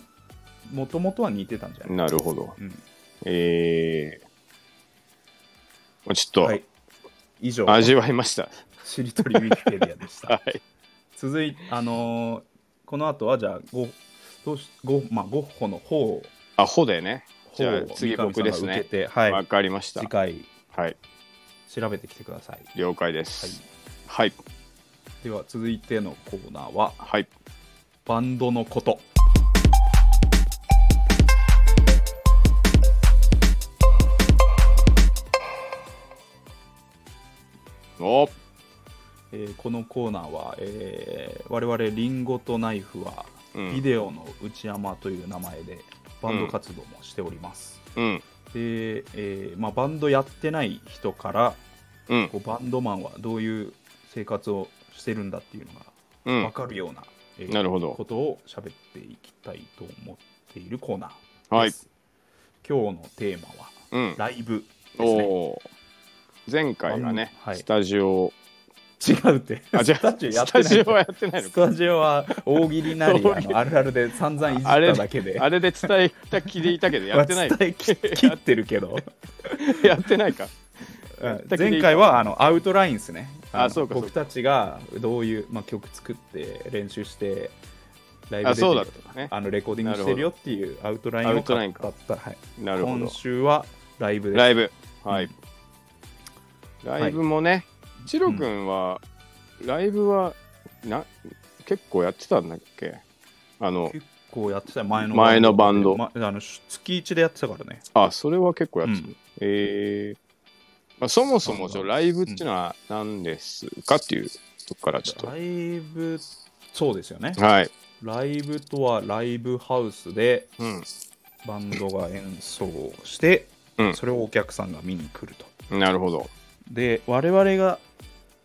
[SPEAKER 1] もともとは似てたんじゃない、
[SPEAKER 2] なるほど。
[SPEAKER 1] うん
[SPEAKER 2] えー。まあちょっと、
[SPEAKER 1] はい、以上、
[SPEAKER 2] 味わいました。
[SPEAKER 1] しりとりウィキペディアでし た。
[SPEAKER 2] はい。
[SPEAKER 1] 続いあのーこの後はじゃあゴどうしゴ,、まあ、ゴッホの方を
[SPEAKER 2] あ、ほでね。じゃあ
[SPEAKER 1] 方を三上さん
[SPEAKER 2] 次
[SPEAKER 1] が
[SPEAKER 2] 僕ですね
[SPEAKER 1] 受けて、はい
[SPEAKER 2] わかりました
[SPEAKER 1] 次。回
[SPEAKER 2] はい。
[SPEAKER 1] 調べてきてください。
[SPEAKER 2] 了解です。はい。
[SPEAKER 1] では続いてのコーナーは
[SPEAKER 2] はい。
[SPEAKER 1] バンドのこと。
[SPEAKER 2] お
[SPEAKER 1] えーこのコーナーは、えー我々リンゴとナイフは
[SPEAKER 2] うん
[SPEAKER 1] ビデオの内山という名前でバンド活動もしております、
[SPEAKER 2] うん。
[SPEAKER 1] で、えーまあ、バンドやってない人から
[SPEAKER 2] うん。
[SPEAKER 1] こうバンドマンはどういう生活をしてるんだっていうのが
[SPEAKER 2] う
[SPEAKER 1] 分
[SPEAKER 2] ん。
[SPEAKER 1] かるような,、えー
[SPEAKER 2] なるほど
[SPEAKER 1] ことを喋っていきたいと思っているコーナー
[SPEAKER 2] は
[SPEAKER 1] で
[SPEAKER 2] い。
[SPEAKER 1] す、今日のテーマは
[SPEAKER 2] うん。
[SPEAKER 1] ライブ
[SPEAKER 2] お
[SPEAKER 1] ですね
[SPEAKER 2] おー。前回がね、
[SPEAKER 1] はい
[SPEAKER 2] スタ ジオ、
[SPEAKER 1] 違うって
[SPEAKER 2] あ、じゃ
[SPEAKER 1] スタ
[SPEAKER 2] あ、
[SPEAKER 1] ジオやっ
[SPEAKER 2] ス
[SPEAKER 1] て
[SPEAKER 2] タ
[SPEAKER 1] ない
[SPEAKER 2] ジオはやってないの
[SPEAKER 1] ス
[SPEAKER 2] か。
[SPEAKER 1] タジオは大喜利なり
[SPEAKER 2] 大
[SPEAKER 1] あ
[SPEAKER 2] 喜利
[SPEAKER 1] のあるあるで散々いじっ
[SPEAKER 2] あれ
[SPEAKER 1] ただけで
[SPEAKER 2] あれで伝えたきでいたけど、やってない。
[SPEAKER 1] 伝え切切ってるけど
[SPEAKER 2] やってないか。
[SPEAKER 1] うん
[SPEAKER 2] 伝え切り
[SPEAKER 1] 前回はあのアウトラインですね
[SPEAKER 2] あ
[SPEAKER 1] の
[SPEAKER 2] そうかそうか
[SPEAKER 1] 僕たちがどういう、まあ、曲作って練習してライブ
[SPEAKER 2] あ
[SPEAKER 1] できるよ
[SPEAKER 2] そうだっ
[SPEAKER 1] と
[SPEAKER 2] た
[SPEAKER 1] か
[SPEAKER 2] ね
[SPEAKER 1] あのレコーディングしてるよっていうアウトライン
[SPEAKER 2] ア
[SPEAKER 1] を
[SPEAKER 2] ウトライン
[SPEAKER 1] 語
[SPEAKER 2] か
[SPEAKER 1] った、はい、
[SPEAKER 2] なるほ
[SPEAKER 1] 今
[SPEAKER 2] ど。
[SPEAKER 1] 週はライブです
[SPEAKER 2] ライブ。は
[SPEAKER 1] う
[SPEAKER 2] い
[SPEAKER 1] ん。
[SPEAKER 2] ライブもね、チロ君は、ライブは、な、結構やってたんだっけあの、
[SPEAKER 1] 結構やってたよ前の
[SPEAKER 2] 前のバンド
[SPEAKER 1] まあのし月1でやってたからね
[SPEAKER 2] あ、それは結構やってた。
[SPEAKER 1] うん
[SPEAKER 2] ええまあ、そもそもちょライブっていうのは何ですかっていうとこからちょっと。
[SPEAKER 1] ライブそうですよね
[SPEAKER 2] はい。
[SPEAKER 1] ライブとはライブハウスで
[SPEAKER 2] うん。
[SPEAKER 1] バンドが演奏して、
[SPEAKER 2] うん
[SPEAKER 1] それをお客さんが見に来ると。
[SPEAKER 2] なるほど。
[SPEAKER 1] で、我々が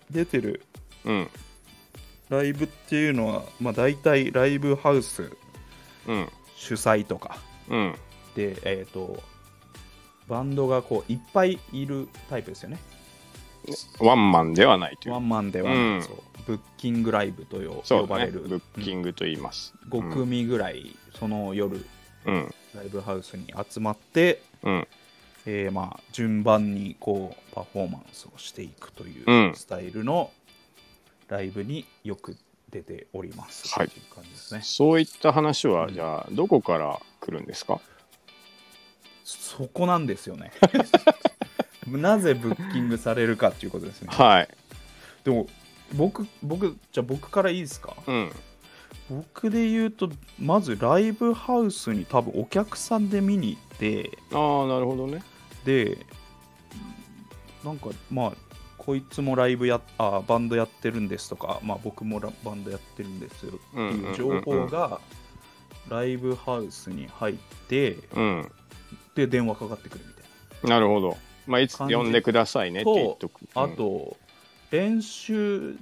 [SPEAKER 1] 出てる
[SPEAKER 2] うん。
[SPEAKER 1] ライブっていうのは、まあ、大体ライブハウス、
[SPEAKER 2] うん。
[SPEAKER 1] 主催とか
[SPEAKER 2] うん。
[SPEAKER 1] で、えー、とバンドがこういっぱいいるタイプですよね
[SPEAKER 2] ワンマンではないとい
[SPEAKER 1] ワ
[SPEAKER 2] う。
[SPEAKER 1] ンマンでは、
[SPEAKER 2] うん
[SPEAKER 1] そうブッキングライブとよ
[SPEAKER 2] そう
[SPEAKER 1] 呼ば
[SPEAKER 2] だね。
[SPEAKER 1] れる、
[SPEAKER 2] ブッキングと言います。
[SPEAKER 1] 5組ぐらいその夜
[SPEAKER 2] うん。
[SPEAKER 1] ライブハウスに集まって、
[SPEAKER 2] うん。
[SPEAKER 1] えーまあ、順番にこうパフォーマンスをしていくとい
[SPEAKER 2] うん
[SPEAKER 1] うスタイルのライブによく出ております、
[SPEAKER 2] はい
[SPEAKER 1] という感じですね
[SPEAKER 2] そういった話は、
[SPEAKER 1] うん
[SPEAKER 2] じゃあ、どこから来るんですか
[SPEAKER 1] そこなんです よねなぜブッキングされるかっていうことですね
[SPEAKER 2] はい。
[SPEAKER 1] でも僕僕じゃあ僕からいいですか
[SPEAKER 2] うん。
[SPEAKER 1] 僕で言うとまずライブハウスに多分お客さんで見に行って
[SPEAKER 2] ああ、なるほどね。
[SPEAKER 1] でなんかまあこいつもライブやあバンドやってるんですとか、まあ、僕もラバンドやってるんですよっていう情報がライブハウスに入って
[SPEAKER 2] うん。
[SPEAKER 1] で電話かかってくるみたい
[SPEAKER 2] なるほど。まあ、いつ
[SPEAKER 1] 感じ
[SPEAKER 2] 呼んでくださいねって言っとく。
[SPEAKER 1] な
[SPEAKER 2] う
[SPEAKER 1] あ
[SPEAKER 2] ん、
[SPEAKER 1] と練習ん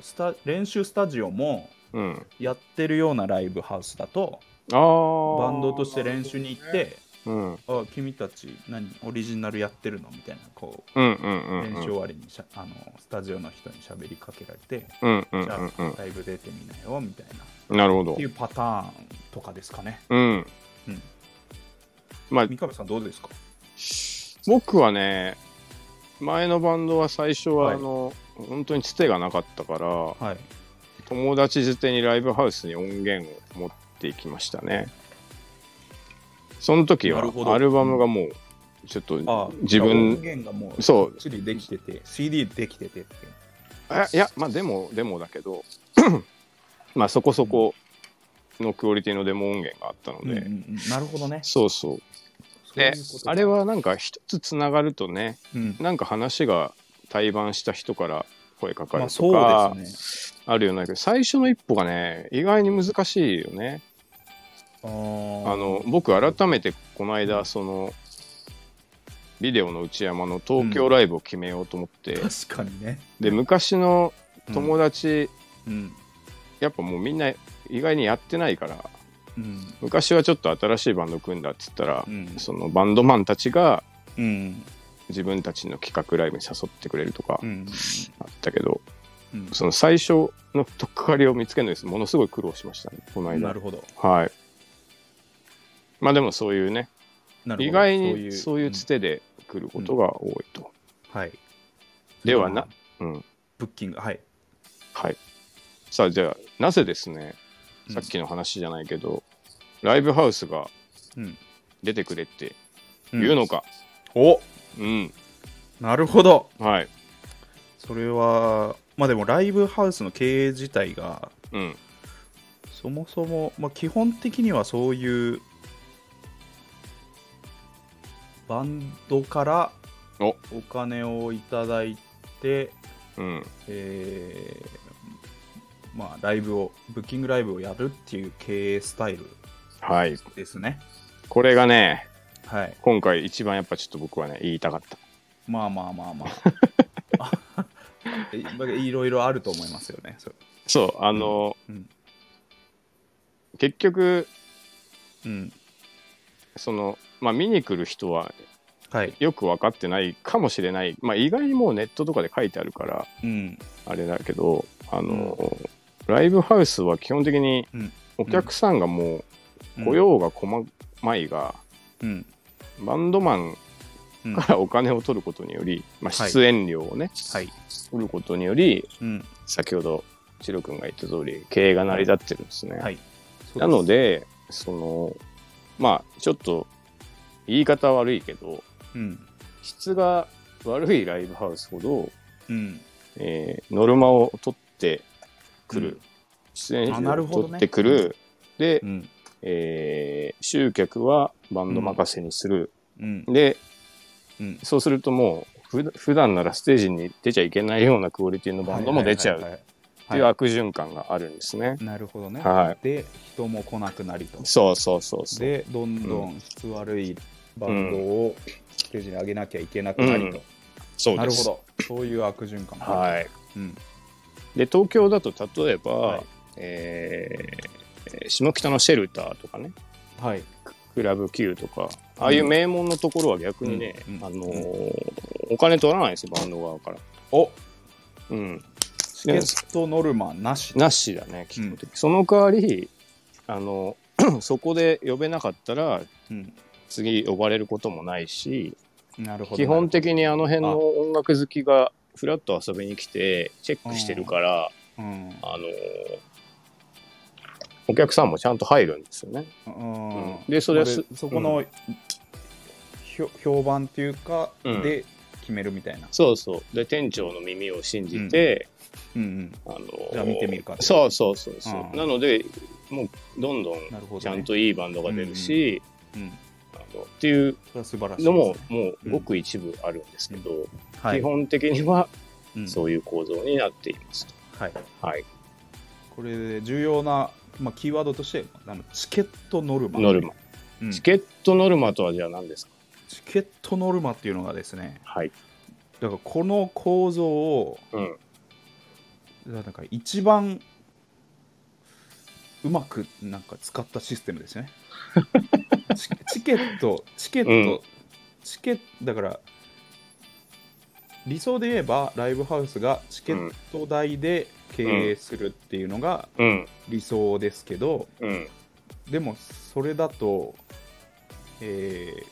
[SPEAKER 1] スタ練習スタジオも
[SPEAKER 2] うん。
[SPEAKER 1] やってるようなライブハウスだと
[SPEAKER 2] ああ。
[SPEAKER 1] バンドとして練習に行っ。て
[SPEAKER 2] うん。うん
[SPEAKER 1] 「あ君たち何オリジナルやってるの?」みたいなこう
[SPEAKER 2] うんう
[SPEAKER 1] 練
[SPEAKER 2] ん
[SPEAKER 1] 習
[SPEAKER 2] う
[SPEAKER 1] 終
[SPEAKER 2] ん。
[SPEAKER 1] わりにしゃあのスタジオの人に喋りかけられて
[SPEAKER 2] うんう
[SPEAKER 1] 「
[SPEAKER 2] ん
[SPEAKER 1] じゃ
[SPEAKER 2] うん
[SPEAKER 1] あライブ出てみなよ」みたいなっ
[SPEAKER 2] うん。なるほど
[SPEAKER 1] てい。うパターンとかですかね
[SPEAKER 2] うん
[SPEAKER 1] うん。
[SPEAKER 2] まあ、
[SPEAKER 1] 三上さんどうですか
[SPEAKER 2] 僕はね前のバンドは最初は
[SPEAKER 1] はい
[SPEAKER 2] あの、本当につてがなかったから
[SPEAKER 1] はい
[SPEAKER 2] 友達づてにライブハウスに音源を持っていきましたねその時は
[SPEAKER 1] なるほど
[SPEAKER 2] アルバムがもうちょっ
[SPEAKER 1] あ
[SPEAKER 2] と自分
[SPEAKER 1] 音源がもう
[SPEAKER 2] そ
[SPEAKER 1] ば
[SPEAKER 2] う
[SPEAKER 1] っちりできてて CD できててって
[SPEAKER 2] あいやまあデモデモだけど まあそこそこのクオリティのデモ音源があったの
[SPEAKER 1] うん
[SPEAKER 2] で、
[SPEAKER 1] うんうんなるほどね
[SPEAKER 2] そうそう
[SPEAKER 1] そうい
[SPEAKER 2] で
[SPEAKER 1] うこと
[SPEAKER 2] あれはなんか一つつながるとね
[SPEAKER 1] うん
[SPEAKER 2] なんか話が対バンした人から声かか
[SPEAKER 1] ま
[SPEAKER 2] る
[SPEAKER 1] あ
[SPEAKER 2] とか、
[SPEAKER 1] そうですね
[SPEAKER 2] あるようになるけど最初の一歩がね意外に難しいよね。
[SPEAKER 1] あ
[SPEAKER 2] あの
[SPEAKER 1] の
[SPEAKER 2] 僕改めてこの間そのビデオの内山の東京ライブを決めようと思って、
[SPEAKER 1] 確かにね
[SPEAKER 2] で昔の友達、
[SPEAKER 1] うん
[SPEAKER 2] やっぱもうみんな意外にやってないから
[SPEAKER 1] うん
[SPEAKER 2] 昔はちょっと新しいバンド組んだっつったら
[SPEAKER 1] う、ん
[SPEAKER 2] そのバンドマンたちが
[SPEAKER 1] うん
[SPEAKER 2] 自分たちの企画ライブに誘ってくれるとか
[SPEAKER 1] うん
[SPEAKER 2] あったけど、
[SPEAKER 1] うん
[SPEAKER 2] その最初の取っかかりを見つけるのにものすごい苦労しましたねこの間
[SPEAKER 1] な。るほど
[SPEAKER 2] はい。まあでもそういうね、
[SPEAKER 1] なるほど
[SPEAKER 2] 意外
[SPEAKER 1] そうい
[SPEAKER 2] に
[SPEAKER 1] う
[SPEAKER 2] そういうつてで来ることが多いと。
[SPEAKER 1] うんはい
[SPEAKER 2] ではな
[SPEAKER 1] まあ、
[SPEAKER 2] うん。
[SPEAKER 1] ブッキングはい
[SPEAKER 2] はい。さあじゃあ、なぜですね、
[SPEAKER 1] うん
[SPEAKER 2] さっきの話じゃないけど、ライブハウスが
[SPEAKER 1] うん
[SPEAKER 2] 出てくれって言うのか。
[SPEAKER 1] お
[SPEAKER 2] うん。
[SPEAKER 1] なるほど
[SPEAKER 2] はい。
[SPEAKER 1] それはまあでもライブハウスの経営自体が
[SPEAKER 2] うん。
[SPEAKER 1] そもそも、まあ、基本的にはそういうバンドから
[SPEAKER 2] お
[SPEAKER 1] お金をいただいて、
[SPEAKER 2] うん。
[SPEAKER 1] えーまあ、ライブをブッキングライブをやるっていう経営スタイル
[SPEAKER 2] はい。
[SPEAKER 1] ですね
[SPEAKER 2] これがね、
[SPEAKER 1] はい
[SPEAKER 2] 今回一番やっぱちょっと僕はね、言いたかった。
[SPEAKER 1] まあまあまあま あいいろいろあると思いますよねそれ
[SPEAKER 2] そう、あの、
[SPEAKER 1] うん
[SPEAKER 2] 結局、
[SPEAKER 1] うん
[SPEAKER 2] その、まあ見に来る人は
[SPEAKER 1] はい
[SPEAKER 2] よく分かってないかもしれない、まあ、意外にもうネットとかで書いてあるから
[SPEAKER 1] うん
[SPEAKER 2] あれだけどあの、ライブハウスは基本的に
[SPEAKER 1] うん
[SPEAKER 2] お客さんがも
[SPEAKER 1] う
[SPEAKER 2] うん雇用が細まいが、
[SPEAKER 1] うん
[SPEAKER 2] バンドマン
[SPEAKER 1] うん
[SPEAKER 2] か
[SPEAKER 1] は
[SPEAKER 2] らお金を取ることにより、まあ、
[SPEAKER 1] はい
[SPEAKER 2] 出演料をね、
[SPEAKER 1] い
[SPEAKER 2] 取ることにより
[SPEAKER 1] うん
[SPEAKER 2] 先ほどチロ君が言った通り経営が成り立ってるんですね、
[SPEAKER 1] はい
[SPEAKER 2] なのでそのまあちょっと言い方悪いけど
[SPEAKER 1] うん
[SPEAKER 2] 質が悪いライブハウスほど
[SPEAKER 1] うん
[SPEAKER 2] えーノルマを取ってくる、出演
[SPEAKER 1] あ
[SPEAKER 2] 者
[SPEAKER 1] なる
[SPEAKER 2] を
[SPEAKER 1] ほど
[SPEAKER 2] 取
[SPEAKER 1] ね
[SPEAKER 2] ってくる、で、
[SPEAKER 1] うん
[SPEAKER 2] えー集客はバンド任せにする、
[SPEAKER 1] うん
[SPEAKER 2] で
[SPEAKER 1] うん
[SPEAKER 2] そうするともうふ普段ならステージに出ちゃいけないようなクオリティのバンドも出ちゃう
[SPEAKER 1] はいはいは
[SPEAKER 2] っ
[SPEAKER 1] い
[SPEAKER 2] ていう
[SPEAKER 1] はい
[SPEAKER 2] 悪循環があるんですね。
[SPEAKER 1] なるほどね
[SPEAKER 2] はい
[SPEAKER 1] で人も来なくなりと
[SPEAKER 2] そうそうそうそう。
[SPEAKER 1] でどんどん質悪いバンドをステージに上げなきゃいけなくなりと、
[SPEAKER 2] そう
[SPEAKER 1] な
[SPEAKER 2] で
[SPEAKER 1] る
[SPEAKER 2] す
[SPEAKER 1] ほどそういう悪循環
[SPEAKER 2] はいい。
[SPEAKER 1] うん
[SPEAKER 2] で東京だと例えば、
[SPEAKER 1] はい
[SPEAKER 2] えーえー下北のシェルターとかね、
[SPEAKER 1] はい
[SPEAKER 2] クラブ Q とか、ああいう名門のところは逆にね、
[SPEAKER 1] うんうん
[SPEAKER 2] あのーお金取らないんですよ、バンド側から。
[SPEAKER 1] お
[SPEAKER 2] うん。
[SPEAKER 1] チケットノルマなし
[SPEAKER 2] なしだね、基本的に。その代わり、あの、 そこで呼べなかったら、
[SPEAKER 1] うん
[SPEAKER 2] 次呼ばれることもないし、
[SPEAKER 1] なるほど
[SPEAKER 2] 基本的にあの辺の音楽好きが、フラッと遊びに来て、チェックしてるから、
[SPEAKER 1] うん
[SPEAKER 2] あのーお客さんもちゃんと入るんですよね。
[SPEAKER 1] うん
[SPEAKER 2] でそれはす
[SPEAKER 1] こそこの、ひょ評判っていうか、
[SPEAKER 2] うん
[SPEAKER 1] で決めるみたいな、
[SPEAKER 2] そうそう。で、店長の耳を信じて、
[SPEAKER 1] うんうん、
[SPEAKER 2] あのー
[SPEAKER 1] じゃあ見てみるかって
[SPEAKER 2] そうそうそうそう、
[SPEAKER 1] うん
[SPEAKER 2] なのでもうどんどん
[SPEAKER 1] なるほど、ね、
[SPEAKER 2] ちゃん、といいバンドが出るし、
[SPEAKER 1] うん、
[SPEAKER 2] あのっていう
[SPEAKER 1] それは素晴らしい
[SPEAKER 2] のも、
[SPEAKER 1] ですね
[SPEAKER 2] もうごく一部あるんですけど、
[SPEAKER 1] はい、
[SPEAKER 2] 基本的には
[SPEAKER 1] うん
[SPEAKER 2] そういう構造になっていますと、
[SPEAKER 1] はい、
[SPEAKER 2] はい
[SPEAKER 1] これ重要な、まあ、キーワードとしてあのチケットノルマ
[SPEAKER 2] ノルマ、
[SPEAKER 1] うん
[SPEAKER 2] チ
[SPEAKER 1] チケ
[SPEAKER 2] ケットノルマとはじゃあ何ですか
[SPEAKER 1] ットノルマっていうのがですね
[SPEAKER 2] はい、
[SPEAKER 1] だからこの構造を
[SPEAKER 2] うん、
[SPEAKER 1] なんか一番うまくなんか使ったシステムです ねチチケットチケット、
[SPEAKER 2] うん
[SPEAKER 1] チケットだから理想で言えばライブハウスがチケット代で経営するっていうのが
[SPEAKER 2] うん
[SPEAKER 1] 理想ですけど、
[SPEAKER 2] うん
[SPEAKER 1] でもそれだと、えー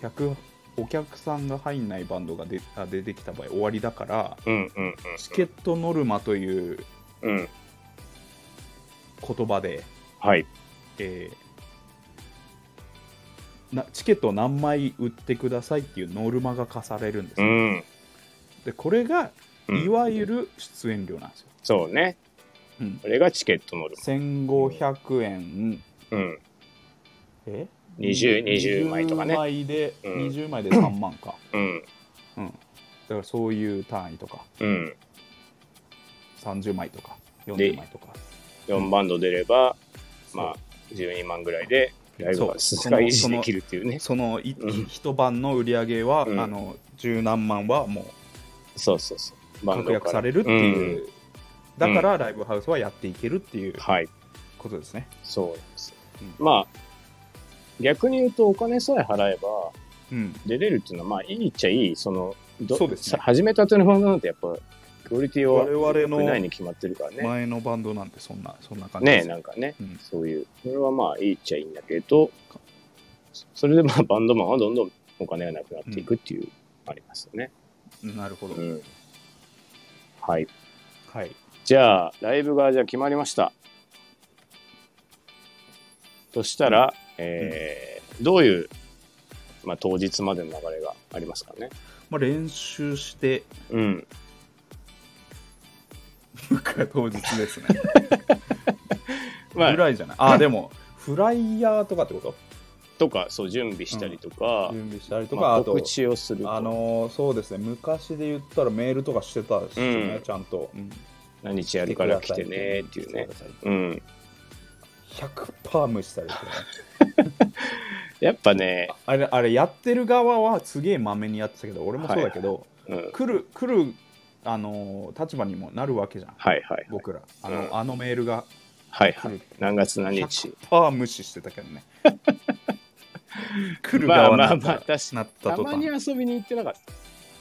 [SPEAKER 1] 客お客さんが入んないバンドがであ出てきた場合終わりだから
[SPEAKER 2] うんうんうん
[SPEAKER 1] チケットノルマという
[SPEAKER 2] うん
[SPEAKER 1] 言葉で、
[SPEAKER 2] はい
[SPEAKER 1] えーなチケットを何枚売ってくださいっていうノルマが課されるんです
[SPEAKER 2] う
[SPEAKER 1] ね、
[SPEAKER 2] ん
[SPEAKER 1] でこれが
[SPEAKER 2] うん
[SPEAKER 1] いわゆる出演料なんですよ、
[SPEAKER 2] そうね
[SPEAKER 1] うん
[SPEAKER 2] これがチケットノル
[SPEAKER 1] 1500円
[SPEAKER 2] マうん
[SPEAKER 1] え
[SPEAKER 2] 20 20枚とかね
[SPEAKER 1] 20枚で、
[SPEAKER 2] うん
[SPEAKER 1] 20枚で3万か、
[SPEAKER 2] うん
[SPEAKER 1] うん、だからそういう単位とか
[SPEAKER 2] うん
[SPEAKER 1] 30枚とか
[SPEAKER 2] で
[SPEAKER 1] 40枚とか
[SPEAKER 2] 4バンド出れば、まあ12万ぐらいでライブハウスが維持できるっていうね
[SPEAKER 1] そのい
[SPEAKER 2] うん
[SPEAKER 1] 一晩の売り上げは、
[SPEAKER 2] うん
[SPEAKER 1] あの十何万はも
[SPEAKER 2] そうそうそう
[SPEAKER 1] う確約されるっていう、だ
[SPEAKER 2] ん
[SPEAKER 1] からライブハウスはやっていけるっていう
[SPEAKER 2] はい
[SPEAKER 1] ことですね、
[SPEAKER 2] そうなんですよ、
[SPEAKER 1] うん
[SPEAKER 2] まあ逆に言うとお金さえ払えば
[SPEAKER 1] うん、
[SPEAKER 2] 出れるっていうのはまあいいっちゃいいそのど
[SPEAKER 1] そうですね
[SPEAKER 2] さ始めたてのバンドなんてやっぱクオリティは
[SPEAKER 1] 我々の
[SPEAKER 2] 国内に決まってるからね
[SPEAKER 1] 前のバンドなんてそんなそんな感じ
[SPEAKER 2] ね
[SPEAKER 1] で
[SPEAKER 2] え
[SPEAKER 1] す
[SPEAKER 2] なんかね
[SPEAKER 1] うん
[SPEAKER 2] そういうそれはまあいいっちゃいいんだけどそれでまあバンドマンはどんどんお金がなくなっていくっていう、ありますよね、
[SPEAKER 1] なるほど、
[SPEAKER 2] うん、はい
[SPEAKER 1] はい
[SPEAKER 2] じゃあ、ライブがじゃあ決まりました。としたら、えーどういう、まあ、当日までの流れがありますかね。
[SPEAKER 1] まあ、練習して
[SPEAKER 2] うん。
[SPEAKER 1] 当日ですね ぐ
[SPEAKER 2] まあ、
[SPEAKER 1] らいじゃないあでもフライヤーとかってこと
[SPEAKER 2] とか、そう、準備したりとか、
[SPEAKER 1] 準備したりとか、
[SPEAKER 2] まあ
[SPEAKER 1] あと
[SPEAKER 2] 告知をすると
[SPEAKER 1] あのーそうですね昔で言ったらメールとかしてたしね、
[SPEAKER 2] うん
[SPEAKER 1] ちゃんと、うん
[SPEAKER 2] 何日やるから来てねっていうね。うん。
[SPEAKER 1] 100%無視されてね
[SPEAKER 2] やっぱね、
[SPEAKER 1] あれあ れやってる側はすげえまめにやってたけど俺もそうだけど、
[SPEAKER 2] うん。
[SPEAKER 1] 来る来るあのー立場にもなるわけじゃん
[SPEAKER 2] はいはい。
[SPEAKER 1] 僕らあの,、
[SPEAKER 2] うん
[SPEAKER 1] あのメールが
[SPEAKER 2] はい
[SPEAKER 1] 来
[SPEAKER 2] は
[SPEAKER 1] る
[SPEAKER 2] い。何月何日。
[SPEAKER 1] 100%無視してたけど ね来る
[SPEAKER 2] まあ
[SPEAKER 1] 側
[SPEAKER 2] まあ
[SPEAKER 1] なん
[SPEAKER 2] まあ、
[SPEAKER 1] だ
[SPEAKER 2] 確かに。
[SPEAKER 1] なった
[SPEAKER 2] た
[SPEAKER 1] 途
[SPEAKER 2] まに
[SPEAKER 1] 端
[SPEAKER 2] 遊びに行ってなかっ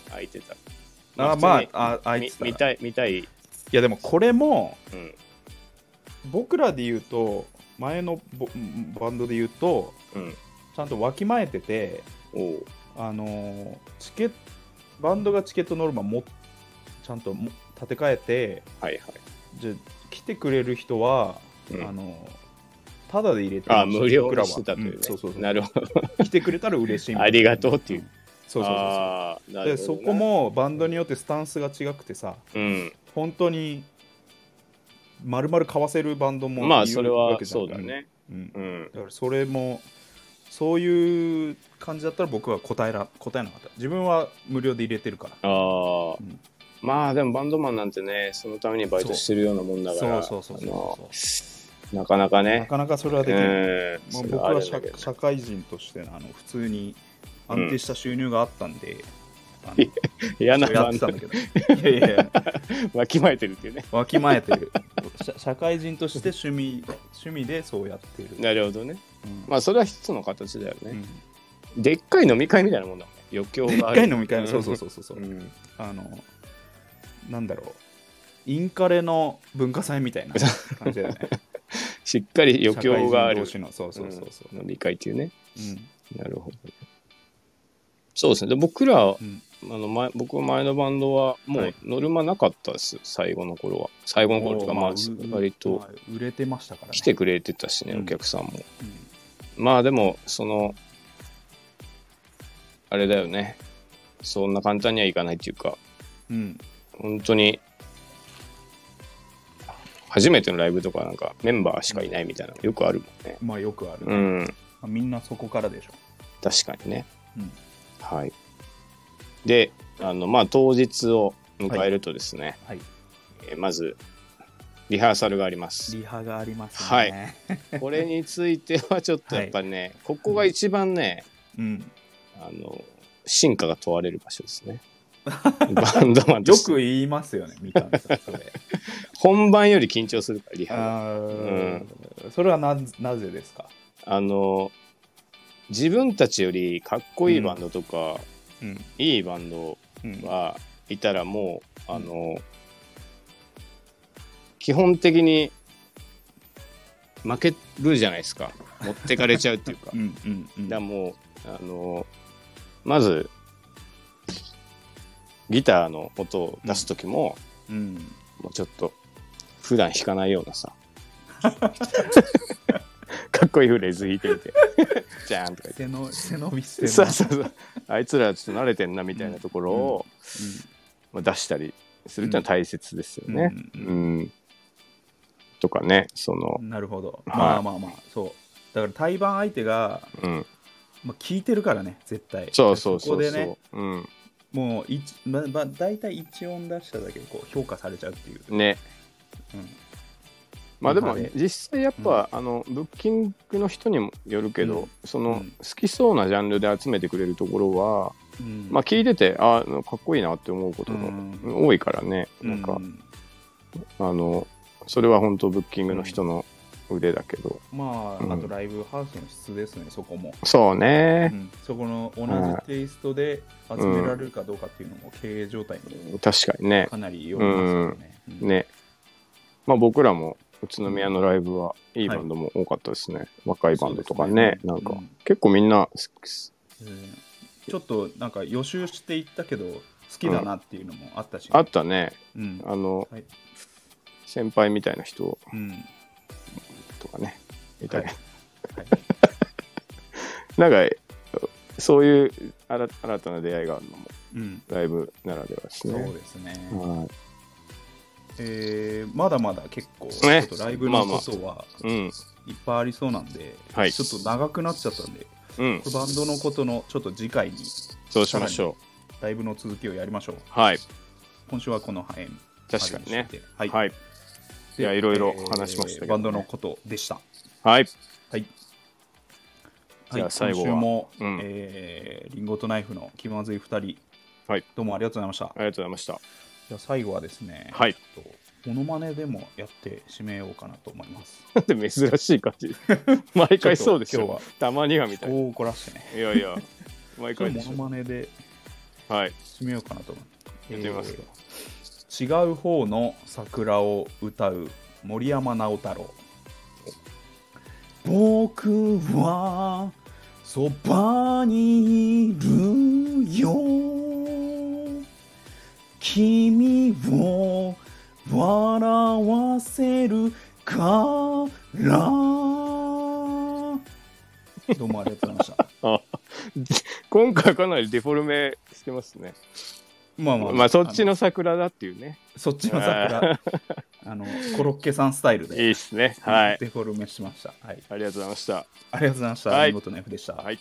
[SPEAKER 2] た。空いてた。
[SPEAKER 1] あま
[SPEAKER 2] 普通に
[SPEAKER 1] あああい
[SPEAKER 2] み
[SPEAKER 1] つ
[SPEAKER 2] 見
[SPEAKER 1] い
[SPEAKER 2] たい、見たい。
[SPEAKER 1] やでもこれも
[SPEAKER 2] うん。
[SPEAKER 1] 僕らで言うと前のボんバンドで言うと
[SPEAKER 2] うん。
[SPEAKER 1] ちゃんとわきまえてて
[SPEAKER 2] おう。
[SPEAKER 1] あのーチケバンドがチケットノルマもちゃんとも立て替えて
[SPEAKER 2] はいはい。
[SPEAKER 1] じゃあ来てくれる人は、
[SPEAKER 2] うん
[SPEAKER 1] あのーただで入れて
[SPEAKER 2] ああ無料
[SPEAKER 1] 僕ら
[SPEAKER 2] に
[SPEAKER 1] は
[SPEAKER 2] してたというね、
[SPEAKER 1] うんそうそうそう
[SPEAKER 2] なるほど。
[SPEAKER 1] 来てくれたら嬉しいみたいな
[SPEAKER 2] ありがとうっていう
[SPEAKER 1] そうそうそう
[SPEAKER 2] ああ
[SPEAKER 1] そ
[SPEAKER 2] な
[SPEAKER 1] うで
[SPEAKER 2] るほ
[SPEAKER 1] そ
[SPEAKER 2] どね
[SPEAKER 1] こ、もバンドによってスタンスが違くてさ
[SPEAKER 2] うん、
[SPEAKER 1] 本当に丸々買わせるバンドもいる
[SPEAKER 2] まあそれ
[SPEAKER 1] わ
[SPEAKER 2] は
[SPEAKER 1] けじゃん
[SPEAKER 2] そうだね。
[SPEAKER 1] うん
[SPEAKER 2] うん。
[SPEAKER 1] だからそれもそういう感じだったら僕は答えら答えなかった自分は無料で入れてるから
[SPEAKER 2] ああ、
[SPEAKER 1] うん
[SPEAKER 2] まあでもバンドマンなんてね、そのためにバイトしてるようなもんだから、
[SPEAKER 1] そうそうそうそうそう
[SPEAKER 2] あのなかなか
[SPEAKER 1] な
[SPEAKER 2] ね、
[SPEAKER 1] かなかそれはできない、
[SPEAKER 2] うん、
[SPEAKER 1] まあ、
[SPEAKER 2] それ
[SPEAKER 1] 僕
[SPEAKER 2] あ
[SPEAKER 1] は
[SPEAKER 2] るん
[SPEAKER 1] 社
[SPEAKER 2] だけど
[SPEAKER 1] 社会人としてのあの普通に安定した収入があったんで、あの
[SPEAKER 2] 嫌な
[SPEAKER 1] やっ
[SPEAKER 2] バ
[SPEAKER 1] て
[SPEAKER 2] ン
[SPEAKER 1] た
[SPEAKER 2] ド
[SPEAKER 1] んだけど。いやいやいや、
[SPEAKER 2] わきまえてるっていうね。
[SPEAKER 1] わきまえてる。社社会人として趣味趣味でそうやってる。
[SPEAKER 2] なるほどね。
[SPEAKER 1] うん
[SPEAKER 2] まあそれは一つの形だよ
[SPEAKER 1] う
[SPEAKER 2] ね。
[SPEAKER 1] ん
[SPEAKER 2] でっかい飲み会みたいなもんだもんね。余興
[SPEAKER 1] でっ
[SPEAKER 2] があ
[SPEAKER 1] かい
[SPEAKER 2] る。
[SPEAKER 1] 飲み会も
[SPEAKER 2] うん
[SPEAKER 1] そうそうそうそうそう、
[SPEAKER 2] うん
[SPEAKER 1] あのなんだろうインカレの文化祭みたいな感じだよね
[SPEAKER 2] しっか り余興があ
[SPEAKER 1] 社会人同
[SPEAKER 2] る
[SPEAKER 1] 士のそうそうそうそう、
[SPEAKER 2] うん飲み会っていうね。
[SPEAKER 1] うん
[SPEAKER 2] なるほど。そうですね。で僕ら、あ
[SPEAKER 1] うん
[SPEAKER 2] の前僕は前のバンドはも
[SPEAKER 1] は
[SPEAKER 2] う
[SPEAKER 1] い
[SPEAKER 2] ノルマなかったです、最後の頃は。最後の頃とか、まあ
[SPEAKER 1] う
[SPEAKER 2] 割と
[SPEAKER 1] まあ売れてましたからね
[SPEAKER 2] 来てくれてたしね、
[SPEAKER 1] うん
[SPEAKER 2] お客さんも。
[SPEAKER 1] うん
[SPEAKER 2] まあでも、その、あれだよね。そんな簡単にはいかないっていうか、
[SPEAKER 1] うん
[SPEAKER 2] 本当に、初めてのライブとかなんかメンバーしかいないみたいなのよくあるもんね。
[SPEAKER 1] まあよくある、
[SPEAKER 2] う
[SPEAKER 1] ま
[SPEAKER 2] ん、
[SPEAKER 1] あみんなそこからでしょ、
[SPEAKER 2] 確かにね。
[SPEAKER 1] うん
[SPEAKER 2] はい。で、あの、まあ当日を迎えるとですね、
[SPEAKER 1] はい、
[SPEAKER 2] えーまず、リハーサルがあります。
[SPEAKER 1] リハがありますね
[SPEAKER 2] これについてはちょっとやっぱりね、ここが一番ね、
[SPEAKER 1] うん、
[SPEAKER 2] あの、進化が問われる場所です ね。バンドマンと
[SPEAKER 1] よ
[SPEAKER 2] して
[SPEAKER 1] く言いますよねみかんさん それ
[SPEAKER 2] 本番より緊張するから、リハが。
[SPEAKER 1] あーそれはななぜですか、
[SPEAKER 2] あの、自分たちよりかっこいいバンドとか、
[SPEAKER 1] うん
[SPEAKER 2] いいバンド
[SPEAKER 1] うん
[SPEAKER 2] がいたらもう、あの、基本的に負けるじゃないですか。持ってかれちゃうっていうか
[SPEAKER 1] う。んうんうん
[SPEAKER 2] だからもうあのまずギターの音を出す時も、
[SPEAKER 1] うん
[SPEAKER 2] もうちょっと普段弾かないような さかっこいいフレーズ弾いてみて「じゃーん」とか言って。
[SPEAKER 1] 背の背伸びしてるな
[SPEAKER 2] そうそうそうあいつらちょっと慣れてんなみたいなところをまあ出したりするってのは大切ですよね。
[SPEAKER 1] う
[SPEAKER 2] うんんとかねその
[SPEAKER 1] うん、なるほど、
[SPEAKER 2] はい
[SPEAKER 1] まあまあまあそうだから対バン相手が、
[SPEAKER 2] うん
[SPEAKER 1] まあ、聞いてるからね絶対
[SPEAKER 2] そうそうそう
[SPEAKER 1] こ
[SPEAKER 2] そう
[SPEAKER 1] こでね
[SPEAKER 2] うん
[SPEAKER 1] もう一、ままあ、大体一音出しただけでこう評価されちゃうっていう、
[SPEAKER 2] ね
[SPEAKER 1] うん
[SPEAKER 2] まあでも
[SPEAKER 1] はい
[SPEAKER 2] 実際やっぱ、あのブッキングの人にもよるけど、
[SPEAKER 1] うん
[SPEAKER 2] そうの
[SPEAKER 1] ん
[SPEAKER 2] 好きそうなジャンルで集めてくれるところは、
[SPEAKER 1] うん
[SPEAKER 2] まあ聞いててあーかっこいいなって思うこと
[SPEAKER 1] う
[SPEAKER 2] も
[SPEAKER 1] ん
[SPEAKER 2] 多いからね、なんか、
[SPEAKER 1] うん
[SPEAKER 2] あのそれは本当ブッキングの人の腕だけど、
[SPEAKER 1] まあ、
[SPEAKER 2] うん
[SPEAKER 1] あとライブハウスの質ですねそこも、
[SPEAKER 2] そう
[SPEAKER 1] う
[SPEAKER 2] ね、
[SPEAKER 1] ん、そこの同じテイストで集められるかどうかっていうのも経営状態に
[SPEAKER 2] 確かにね
[SPEAKER 1] かなりよりますよね,うん、
[SPEAKER 2] ねまあ僕らも宇都宮のライブはいいバンドも多かったですね、若いバンドとかね
[SPEAKER 1] そ
[SPEAKER 2] な
[SPEAKER 1] うですね
[SPEAKER 2] んか、
[SPEAKER 1] うん
[SPEAKER 2] 結構みんな
[SPEAKER 1] うんちょっとなんか予習していったけど好きだなっていうのもあったし、
[SPEAKER 2] あったね
[SPEAKER 1] うん
[SPEAKER 2] あの、
[SPEAKER 1] はい
[SPEAKER 2] 先輩みたいな人
[SPEAKER 1] うん
[SPEAKER 2] とかねいたり、
[SPEAKER 1] はいはい
[SPEAKER 2] なんかそういう新新たな出会いがあるのも
[SPEAKER 1] うん
[SPEAKER 2] ライブならではです
[SPEAKER 1] そう
[SPEAKER 2] ね。
[SPEAKER 1] ですね、
[SPEAKER 2] は
[SPEAKER 1] えーまだまだ結構、ちょ
[SPEAKER 2] ね、
[SPEAKER 1] っとライブのことはい
[SPEAKER 2] うん、
[SPEAKER 1] いっぱいありそうなんで、
[SPEAKER 2] はい
[SPEAKER 1] ちょっと長くなっちゃったんで、
[SPEAKER 2] うん、
[SPEAKER 1] バンドのことのちょっと次回に
[SPEAKER 2] そうしましょ
[SPEAKER 1] ライブの続きをやりましょう。
[SPEAKER 2] う。はい、
[SPEAKER 1] 今週はこの辺まで
[SPEAKER 2] 確かにね
[SPEAKER 1] して。はい。
[SPEAKER 2] はい、いや
[SPEAKER 1] で
[SPEAKER 2] いろいろ話しましたけどね
[SPEAKER 1] バンドのことでした。
[SPEAKER 2] はい、
[SPEAKER 1] はい。
[SPEAKER 2] じゃあ最後は
[SPEAKER 1] 今週も、
[SPEAKER 2] うん
[SPEAKER 1] えーリンゴとナイフの気まずい2人、
[SPEAKER 2] はい、
[SPEAKER 1] どうもありがとうございました。
[SPEAKER 2] ありがとうございました。
[SPEAKER 1] じゃあ最後はですね、
[SPEAKER 2] はい
[SPEAKER 1] ちょっと、モノマネでもやって締めようかなと思います。
[SPEAKER 2] なんで珍しい感じ。毎回そうでし
[SPEAKER 1] ちょっ
[SPEAKER 2] ょ。たまにはみ
[SPEAKER 1] と
[SPEAKER 2] た
[SPEAKER 1] 今日は、
[SPEAKER 2] いな。
[SPEAKER 1] こう怒らせてね、
[SPEAKER 2] いやいや、毎
[SPEAKER 1] ちょっ
[SPEAKER 2] 回
[SPEAKER 1] と
[SPEAKER 2] で
[SPEAKER 1] モ
[SPEAKER 2] し
[SPEAKER 1] ノ
[SPEAKER 2] ょ。
[SPEAKER 1] マネで
[SPEAKER 2] はい、
[SPEAKER 1] 締めようかなと思う。
[SPEAKER 2] やってみますか
[SPEAKER 1] えー違う方の桜を歌う森山直太朗。僕はそばにいるよ。君を笑わせるから。 どうもありがとうございました。
[SPEAKER 2] あ、今回かなりデフォルメしてますね。
[SPEAKER 1] まあまあ、
[SPEAKER 2] まあそっ
[SPEAKER 1] の
[SPEAKER 2] ちの桜だっていうね。
[SPEAKER 1] そっちの桜、あのコロッケさんスタイル
[SPEAKER 2] いい
[SPEAKER 1] で
[SPEAKER 2] ですね。はい、
[SPEAKER 1] デフォルメしました。はい、
[SPEAKER 2] ありがとうございました。
[SPEAKER 1] ありがとうございました。
[SPEAKER 2] はい
[SPEAKER 1] 見事な F でした。
[SPEAKER 2] はい